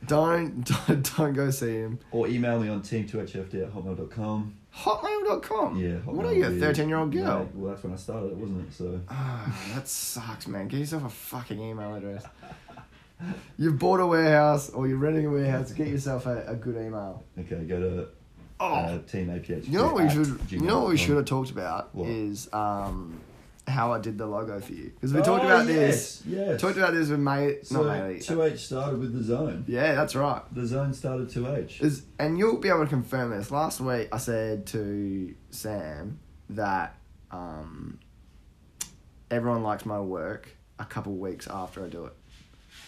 [SPEAKER 1] Don't, don't don't go see him.
[SPEAKER 2] or email me on team2hfd at hotmail.com.
[SPEAKER 1] Hotmail.com.
[SPEAKER 2] Yeah, hotmail
[SPEAKER 1] What are you, a
[SPEAKER 2] is-
[SPEAKER 1] 13 year old girl?
[SPEAKER 2] Mate, well, that's when I started it, wasn't it? So,
[SPEAKER 1] Ah, that sucks, man. Get yourself a fucking email address. You've bought a warehouse or you're renting a warehouse. Get yourself a, a good email.
[SPEAKER 2] okay, go to
[SPEAKER 1] Oh,
[SPEAKER 2] uh, team APHQ.
[SPEAKER 1] you know what we
[SPEAKER 2] at
[SPEAKER 1] should. You know what we
[SPEAKER 2] gmail.com.
[SPEAKER 1] should have talked about
[SPEAKER 2] What?
[SPEAKER 1] is um,
[SPEAKER 3] how I did the logo for you because we talked about this.
[SPEAKER 2] Oh, Yes.
[SPEAKER 3] Talked about this with May.
[SPEAKER 2] so
[SPEAKER 3] not Maylie.
[SPEAKER 2] two H started with the zone.
[SPEAKER 3] yeah, that's right.
[SPEAKER 2] The zone started two H.
[SPEAKER 3] Is, and you'll be able to confirm this. Last week, I said to Sam that um, everyone likes my work a couple weeks after I do it.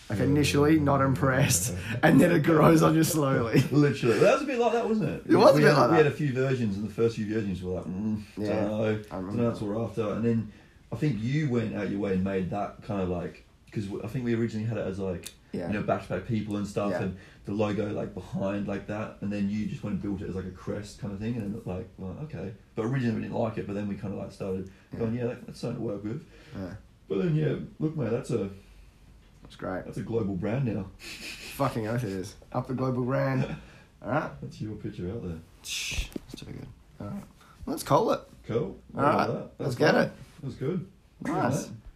[SPEAKER 3] Like initially, not impressed, and then it grows on you slowly.
[SPEAKER 2] Literally, that was a bit like that, wasn't it?
[SPEAKER 3] It was a
[SPEAKER 2] we
[SPEAKER 3] bit
[SPEAKER 2] had,
[SPEAKER 3] like
[SPEAKER 2] We
[SPEAKER 3] that.
[SPEAKER 2] had a few versions, and the first few versions were like, mm,
[SPEAKER 3] Yeah,
[SPEAKER 2] don't know,
[SPEAKER 3] I remember
[SPEAKER 2] don't know, that's what we're after. And then I think you went out your way and made that kind of like because I think we originally had it as like
[SPEAKER 3] Yeah.
[SPEAKER 2] you know backed by people and stuff,
[SPEAKER 3] Yeah.
[SPEAKER 2] and the logo like behind like that, and then you just went and built it as like a crest kind of thing, and then it like, well, okay. But originally we didn't like it, but then we kind of like started going, yeah, that, that's something to work with.
[SPEAKER 3] Yeah,
[SPEAKER 2] But then yeah, look, mate, that's a
[SPEAKER 3] it's great.
[SPEAKER 2] that's a global brand now.
[SPEAKER 3] Fucking oath it is. Up the global brand. All right.
[SPEAKER 2] That's your picture out there.
[SPEAKER 3] Shh, that's too good. All right. Let's call it.
[SPEAKER 2] Cool.
[SPEAKER 3] All right,
[SPEAKER 2] That.
[SPEAKER 3] let's
[SPEAKER 2] That's
[SPEAKER 3] get
[SPEAKER 2] fine.
[SPEAKER 3] it.
[SPEAKER 2] That was good.
[SPEAKER 3] Nice.
[SPEAKER 2] Good, mate.